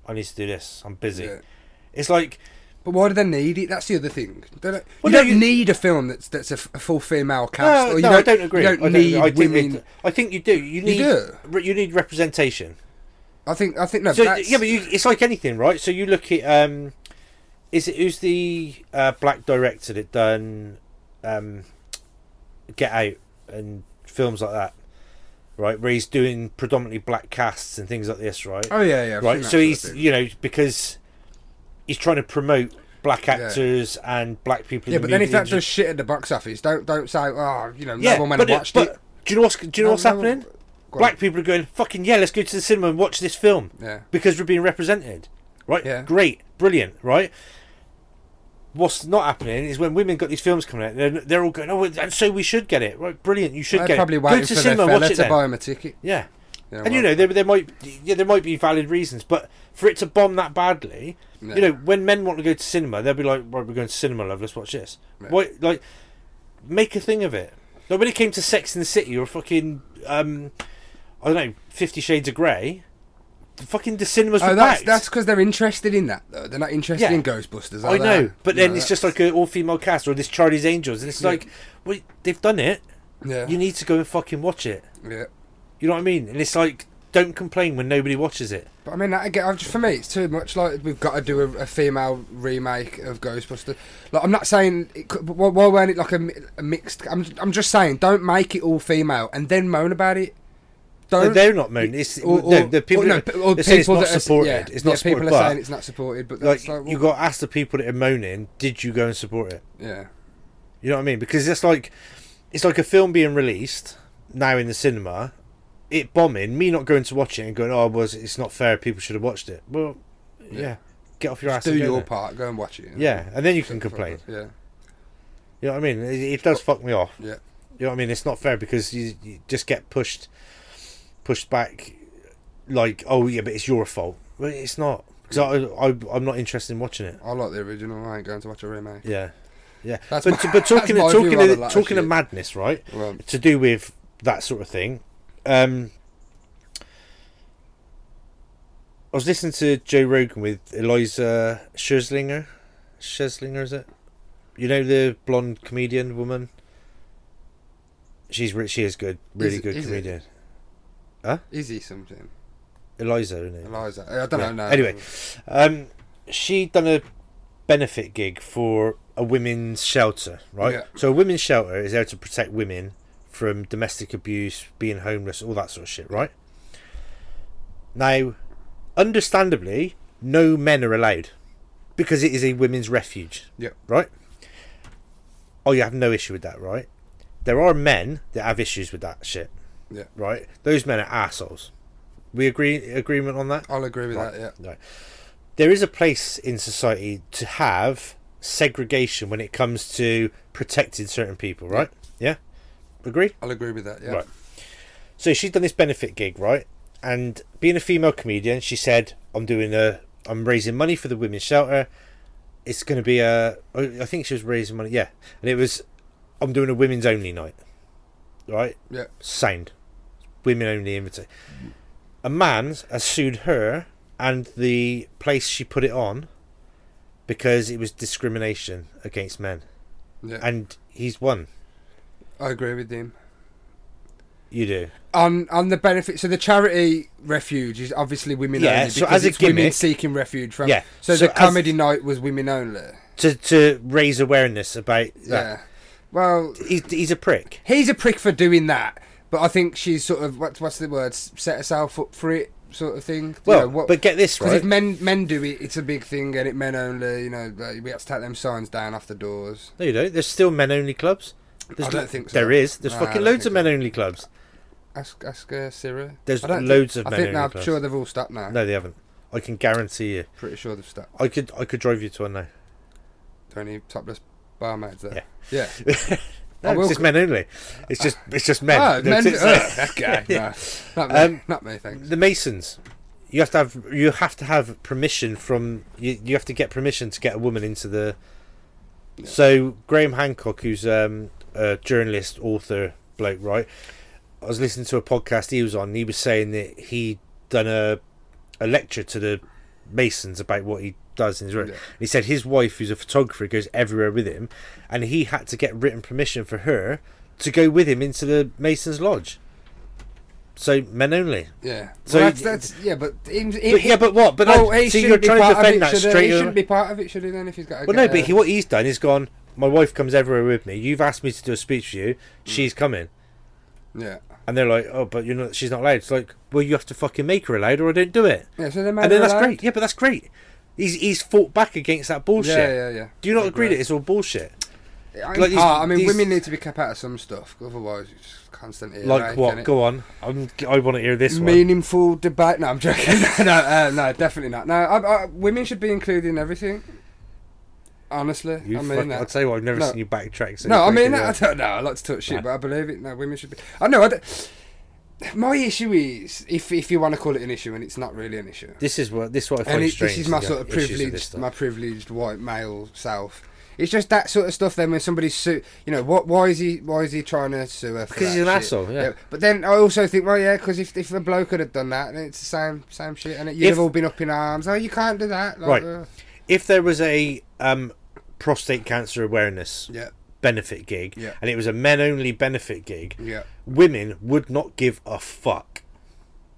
A: I need to do this. I'm busy."
B: yeah.
A: It's like
B: But why do they need it? That's the other thing. They don't,
A: Well,
B: you
A: no,
B: don't
A: you-
B: need a film that's that's a, f- a full female cast.
A: no,
B: or you
A: uh, no,
B: don't,
A: I don't agree.
B: You don't
A: I don't,
B: need
A: I think
B: women.
A: it- I think you do. You need
B: do?
A: re- you need representation.
B: I think I think no.
A: So
B: that's,
A: yeah, but you, it's like anything, right? So you look at um, is it who's the uh, black director that done um, Get Out and films like that, right? Where he's doing predominantly black casts and things like this, right?
B: oh yeah, yeah. I've seen
A: right.
B: that
A: So
B: sort of
A: he's
B: thing.
A: you know because he's trying to promote black
B: Yeah.
A: actors and black people.
B: Yeah,
A: in the
B: but then
A: movie
B: if that
A: industry.
B: does shit at the box office, don't don't say, oh, you know,
A: yeah,
B: no one went
A: but,
B: and watched
A: but
B: it.
A: do you know what's do you know
B: No,
A: what's
B: no one-
A: happening?
B: Go on.
A: Black people are going fucking yeah. Let's go to the cinema and watch this film.
B: Yeah.
A: because we're being represented, right?
B: Yeah.
A: Great, brilliant, right? What's not happening is when women got these films coming out, they're, they're all going, oh, and so we should get it, right? Brilliant, you should
B: They're
A: get
B: probably
A: it.
B: waiting
A: Go to
B: for
A: cinema,
B: their fella
A: watch it
B: to
A: then.
B: buy them a ticket.
A: Yeah,
B: Yeah,
A: and you
B: well,
A: know there, there might yeah there might be valid reasons, but for it to bomb that badly,
B: Yeah.
A: you know, when men want to go to cinema, they'll be like, right, we're going to cinema, love, let's watch this.
B: Yeah.
A: Why, like, make a thing of it. Like when it came to Sex in the City or fucking, um, I don't know, Fifty Shades of Grey, fucking the cinemas
B: Oh,
A: were
B: that's
A: packed.
B: that's because they're interested in that though. They're not interested
A: Yeah.
B: in Ghostbusters. Are
A: I know,
B: they?
A: but
B: You
A: then
B: know,
A: it's
B: that's-
A: just like an all-female cast or this Charlie's Angels, and it's like, well, they've done it.
B: yeah,
A: You need to go and fucking watch it.
B: yeah.
A: You know what I mean? And it's like, don't complain when nobody watches it.
B: But I mean, that, again, I've just, for me, it's too much. Like we've got to do a, a female remake of Ghostbusters. Like I'm not saying it could, but why, why weren't it like a, mi- a mixed? I'm I'm just saying don't make it all female and then moan about it.
A: No,
B: Don't.
A: they're not moaning. It's
B: or-
A: no,
B: or-
A: the people.
B: or no,
A: that-
B: p- or
A: they're saying it's
B: people
A: not
B: that are s-
A: supported.
B: yeah,
A: it's not
B: yeah,
A: supported.
B: People
A: but,
B: are saying it's not supported, but
A: like,
B: that's like,
A: you
B: well,
A: got to ask the people that are moaning, did you go and support it?
B: yeah.
A: You know what I mean? Because it's like, it's like a film being released now in the cinema, it bombing, me not going to watch it and going, oh, was it's not fair. People should have watched it. Well, yeah, get off your ass.
B: do
A: and go
B: your
A: then.
B: part. Go and watch it.
A: Yeah, and then you can complain.
B: Yeah,
A: You know what I mean? It, it does fuck me off.
B: yeah,
A: You know what I mean? It's not fair because you, you just get pushed, pushed back. Like, oh yeah, but it's your fault. Well, it's not because I, I, I'm not interested in watching it.
B: I like the original. I ain't going to watch a remake.
A: Yeah, yeah.
B: That's
A: but
B: my-
A: but talking
B: that's my
A: talking
B: view on a
A: of,
B: lot of
A: talking of
B: shit.
A: madness, right?
B: Well,
A: To do with that sort of thing. Um, I was listening to Joe Rogan with Eliza Schuslinger. Schuslinger is it? You know the blonde comedian woman. She's re- she is good, really
B: Is-
A: good
B: is it?
A: comedian.
B: is he something?
A: Eliza, isn't it?
B: Eliza. I don't
A: Yeah.
B: know. No.
A: Anyway, um, she done a benefit gig for a women's shelter, right?
B: Yeah.
A: So a women's shelter is there to protect women from domestic abuse, being homeless, all that sort of shit, right? Now, understandably, no men are allowed because it is a women's refuge,
B: Yeah.
A: right? Oh, you have no issue with that, right? There are men that have issues with that shit,
B: Yeah.
A: right? Those men are assholes. We agree agreement on that?
B: I'll agree with
A: Right.
B: that. Yeah.
A: Right. There is a place in society to have segregation when it comes to protecting certain people, right? Yeah? Agree?
B: I'll agree with that. Yeah.
A: Right. So she's done this benefit gig, right? And being a female comedian, she said, I'm doing a I'm raising money for the women's shelter. It's gonna be a I I think she was raising money, yeah. And it was I'm doing a women's only night. Right?
B: Yeah.
A: sound. Women only invitation. A man has sued her and the place she put it on because it was discrimination against men.
B: Yeah.
A: And he's won.
B: I agree with him.
A: You do.
B: On on the benefit, so the charity refuge is obviously women
A: Yeah,
B: only
A: so
B: because
A: as a
B: it's women
A: gimmick-
B: seeking refuge from.
A: Yeah,
B: So,
A: so
B: the
A: as-
B: comedy night was women only.
A: To to raise awareness about
B: Yeah.
A: that.
B: Well,
A: He's, he's a prick.
B: he's a prick for doing that, but I think she's sort of what, what's the word? Set herself up for it, sort of thing. You
A: Well,
B: know, what-
A: but get this
B: Because
A: right.
B: if men men do it, it's a big thing, and it men only. You know, like, we have to take them signs down off the doors.
A: no, you don't. There's still men only clubs. There's
B: I don't
A: lo-
B: think so.
A: There is. There's
B: No, I
A: fucking
B: don't
A: loads
B: think
A: of men only clubs.
B: Ask ask uh, Sarah.
A: There's
B: I don't
A: loads
B: think,
A: of men
B: I think
A: only
B: now I'm
A: clubs.
B: sure they've all stopped now.
A: No, they haven't. I can guarantee you.
B: Pretty sure they've stopped.
A: I could I could drive you to one now.
B: There any topless barmaids
A: Yeah.
B: there? Yeah.
A: No,
B: I will
A: it's just
B: c-
A: men only. It's just it's just men.
B: Oh,
A: No,
B: men,
A: tits-
B: ugh, that guy.
A: Yeah.
B: No, not me.
A: Um,
B: not me. Thanks.
A: the masons you have to have you have to have permission from you, you have to get permission to get a woman into the so graham hancock who's um a journalist author bloke right i was listening to a podcast he was on and he was saying that he done a a lecture to the masons about what he does in his work
B: Yeah.
A: he said his wife who's a photographer goes everywhere with him and he had to get written permission for her to go with him into the masons lodge so men only
B: Yeah.
A: So
B: well, that's,
A: you-
B: that's yeah. But, him,
A: but, yeah, but what? But oh, see, you're trying to defend that
B: should,
A: straight.
B: He
A: away.
B: shouldn't be part of it, should he? Then if he's got. A
A: well, no, but he, what he's done is gone. My wife comes everywhere with me. You've asked me to do a speech for you.
B: Hmm.
A: She's coming,
B: Yeah.
A: and they're like, "Oh, but you're not. She's not allowed." It's like, well, you have to fucking make her allowed, or I don't do it.
B: Yeah. So they
A: and then that's great. Yeah, but that's great. He's he's fought back against that bullshit.
B: Yeah, yeah, yeah.
A: Do you not
B: I
A: agree
B: agree.
A: that it's all bullshit?
B: In
A: Like these-
B: part, I mean,
A: these-
B: women need to be kept out of some stuff. Otherwise, it's just constant. earache,
A: like what?
B: innit?
A: Go on. I'm. I want to hear this one.
B: Meaningful debate. No, I'm joking. no, uh, no, definitely not. No, I, I, women should be included in everything. Honestly,
A: You
B: I
A: fuck-
B: mean that.
A: I'll tell you what. I've never
B: No.
A: seen you backtrack. So
B: No, I mean,
A: quickly,
B: I
A: like-
B: don't know. I like to talk shit,
A: Nah.
B: but I believe it. No, women should be. I know. I don't- my issue is, if if you want to call it an issue, and it's not really an issue.
A: This is what. This is what I find
B: and it,
A: strange.
B: this is my
A: yeah,
B: sort of
A: issues with this
B: privileged,
A: stuff.
B: my privileged white male self. It's just that sort of stuff. Then when somebody sue, you know, what? Why is he? Why is he trying to sue her? for
A: 'Cause
B: that
A: he's an
B: shit?
A: asshole, yeah.
B: But then I also think, well, yeah, because if, if a bloke could have done that, then it's the same same shit, and you'd
A: If-
B: have all been up in arms. Oh, you can't do that. Like,
A: Right.
B: uh,
A: if there was a um, prostate cancer awareness
B: yeah.
A: benefit gig
B: Yeah.
A: and it was a men only benefit gig,
B: Yeah.
A: women would not give a fuck.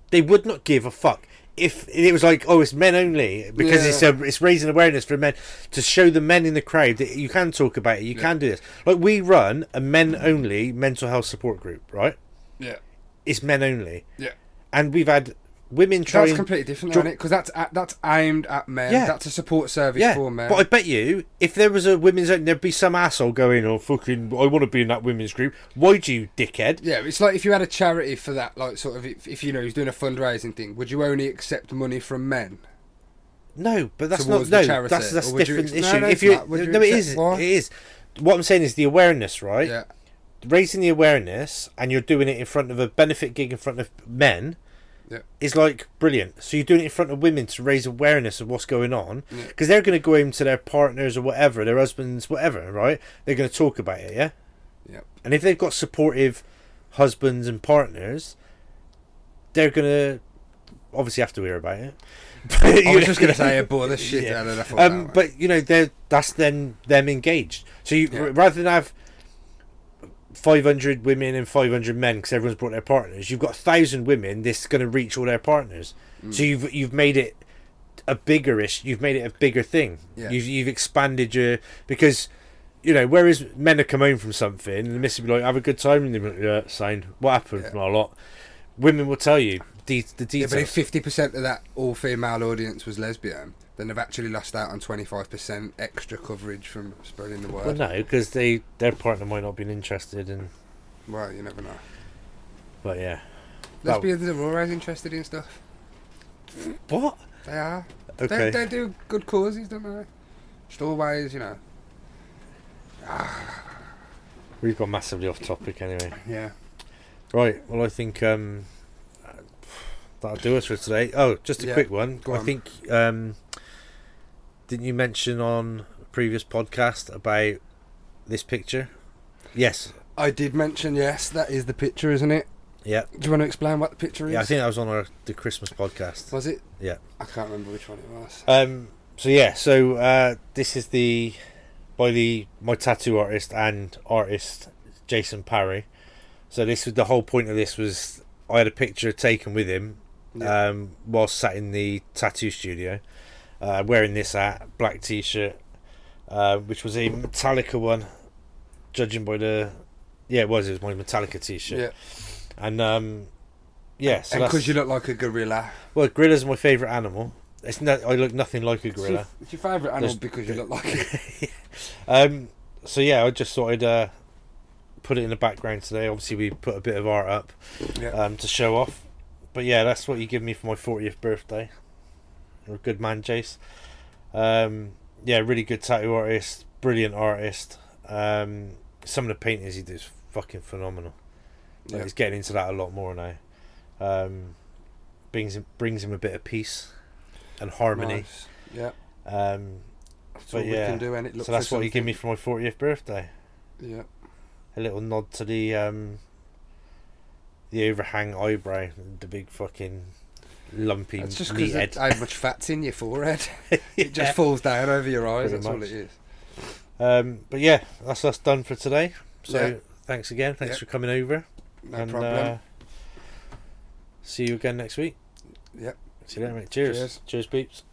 A: They would not give a fuck. If it was like, oh, it's men only because it's
B: Yeah.
A: a, it's raising awareness for men to show the men in the crowd that you can talk about it, you can do this. Like we run a men only mental health support group, right?
B: Yeah.
A: It's men only,
B: Yeah.
A: and we've had women try.
B: That's
A: and-
B: completely different,
A: Jo-
B: isn't it? Because that's a- that's aimed at men.
A: Yeah.
B: That's a support service
A: Yeah,
B: for men.
A: but I bet you if there was a women's only, there'd be some asshole going, "Oh fucking, I want to be in that women's group." Why do you, dickhead?
B: Yeah, it's like if you had a charity for that, like sort of if, if you know he's doing a fundraising thing, would you only accept money from men?
A: No, but that's not
B: Towards
A: no.
B: the charity,
A: That's that's
B: or
A: a
B: would you
A: different
B: ex- no,
A: issue.
B: no,
A: if
B: it's
A: you,
B: not. Would you
A: no, it
B: accept
A: is.
B: what?
A: It is. What I'm saying is the awareness, right?
B: Yeah,
A: Raising the awareness, and you're doing it in front of a benefit gig in front of men.
B: Yeah.
A: Is like brilliant. So you're doing it in front of women to raise awareness of what's going on,
B: Yeah.
A: because they're going to go home to their partners or whatever, their husbands, whatever, right? They're going to talk about it, yeah.
B: yeah,
A: And if they've got supportive husbands and partners, they're gonna obviously have to hear about it.
B: I was just gonna say I bore this shit
A: Yeah.
B: out of that.
A: um, but you know, they're that's then them engaged. So you
B: Yeah.
A: r- rather than have five hundred women and five hundred men because everyone's brought their partners, you've got thousand women. This is going to reach all their partners.
B: Mm.
A: So you've you've made it a bigger ish. You've made it a bigger thing.
B: Yeah.
A: You've you've expanded your because you know, whereas men are come home from something and the missus will be like, have a good time, and they'll be like, yeah, same. What happened?
B: Yeah.
A: Not a lot. Women will tell you de- the
B: Yeah,
A: details.
B: but if fifty percent of that all female audience was lesbian, then they've actually lost out on twenty five percent extra coverage from spreading the word.
A: well, no, because they their partner might not have been interested in.
B: Well, you never know.
A: But yeah, Well-
B: Lesbians are always interested in stuff.
A: what?
B: They are.
A: Okay.
B: They, they do good causes, don't they? Just always, you know.
A: We've gone massively off topic anyway.
B: Yeah.
A: Right. Well, I think um, that'll do us for today. Oh, just a
B: Yeah,
A: quick one.
B: go
A: I
B: on.
A: think um, didn't you mention on a previous podcast about this picture? Yes.
B: I did mention yes. That is the picture, isn't it?
A: Yeah.
B: Do you want to explain what the picture is?
A: Yeah. I think that was on our the Christmas podcast.
B: Was it?
A: Yeah.
B: I can't remember which one it was.
A: Um. So yeah. So uh, this is the by the my tattoo artist and artist Jason Parry. So this was the whole point of this was I had a picture taken with him,
B: Yeah.
A: um, while sat in the tattoo studio, uh, wearing this hat, black t-shirt, uh, which was a Metallica one, judging by the. Yeah, it was. It was my Metallica T-shirt,
B: yeah.
A: and um, yeah. So
B: And
A: that's,
B: because you look like a gorilla.
A: well, gorilla's my favorite animal. It's no, I look nothing like a gorilla.
B: It's your favourite animal
A: There's-
B: because you look like it.
A: Um, so yeah, I just thought I'd uh, put it in the background today. Obviously, we put a bit of art up
B: Yeah.
A: um, to show off. But yeah, that's what you give me for my 40th birthday. You're a good man, Jace. Um, yeah, really good tattoo artist, brilliant artist. Um, some of the paintings he does fucking phenomenal. Like,
B: Yeah.
A: He's getting into that a lot more now. Um, brings him, brings him a bit of peace and harmony.
B: Nice. Yeah.
A: Um,
B: That's
A: But
B: all
A: yeah.
B: we can do, and it looks
A: so that's
B: for
A: what you give me
B: something.
A: for my 40th birthday.
B: Yeah.
A: a little nod to the um the overhang eyebrow and the big fucking lumpy
B: It's just
A: meat
B: because
A: head.
B: how much fat's in your forehead. It
A: Yeah.
B: just falls down over your eyes.
A: Pretty
B: That's all
A: much.
B: it is.
A: um but yeah, that's us done for today. So
B: Yeah.
A: thanks again. Thanks
B: Yeah.
A: for coming over.
B: No
A: and
B: problem.
A: uh, see you again next week.
B: Yep.
A: See you later, mate. Cheers.
B: Cheers.
A: Cheers, peeps.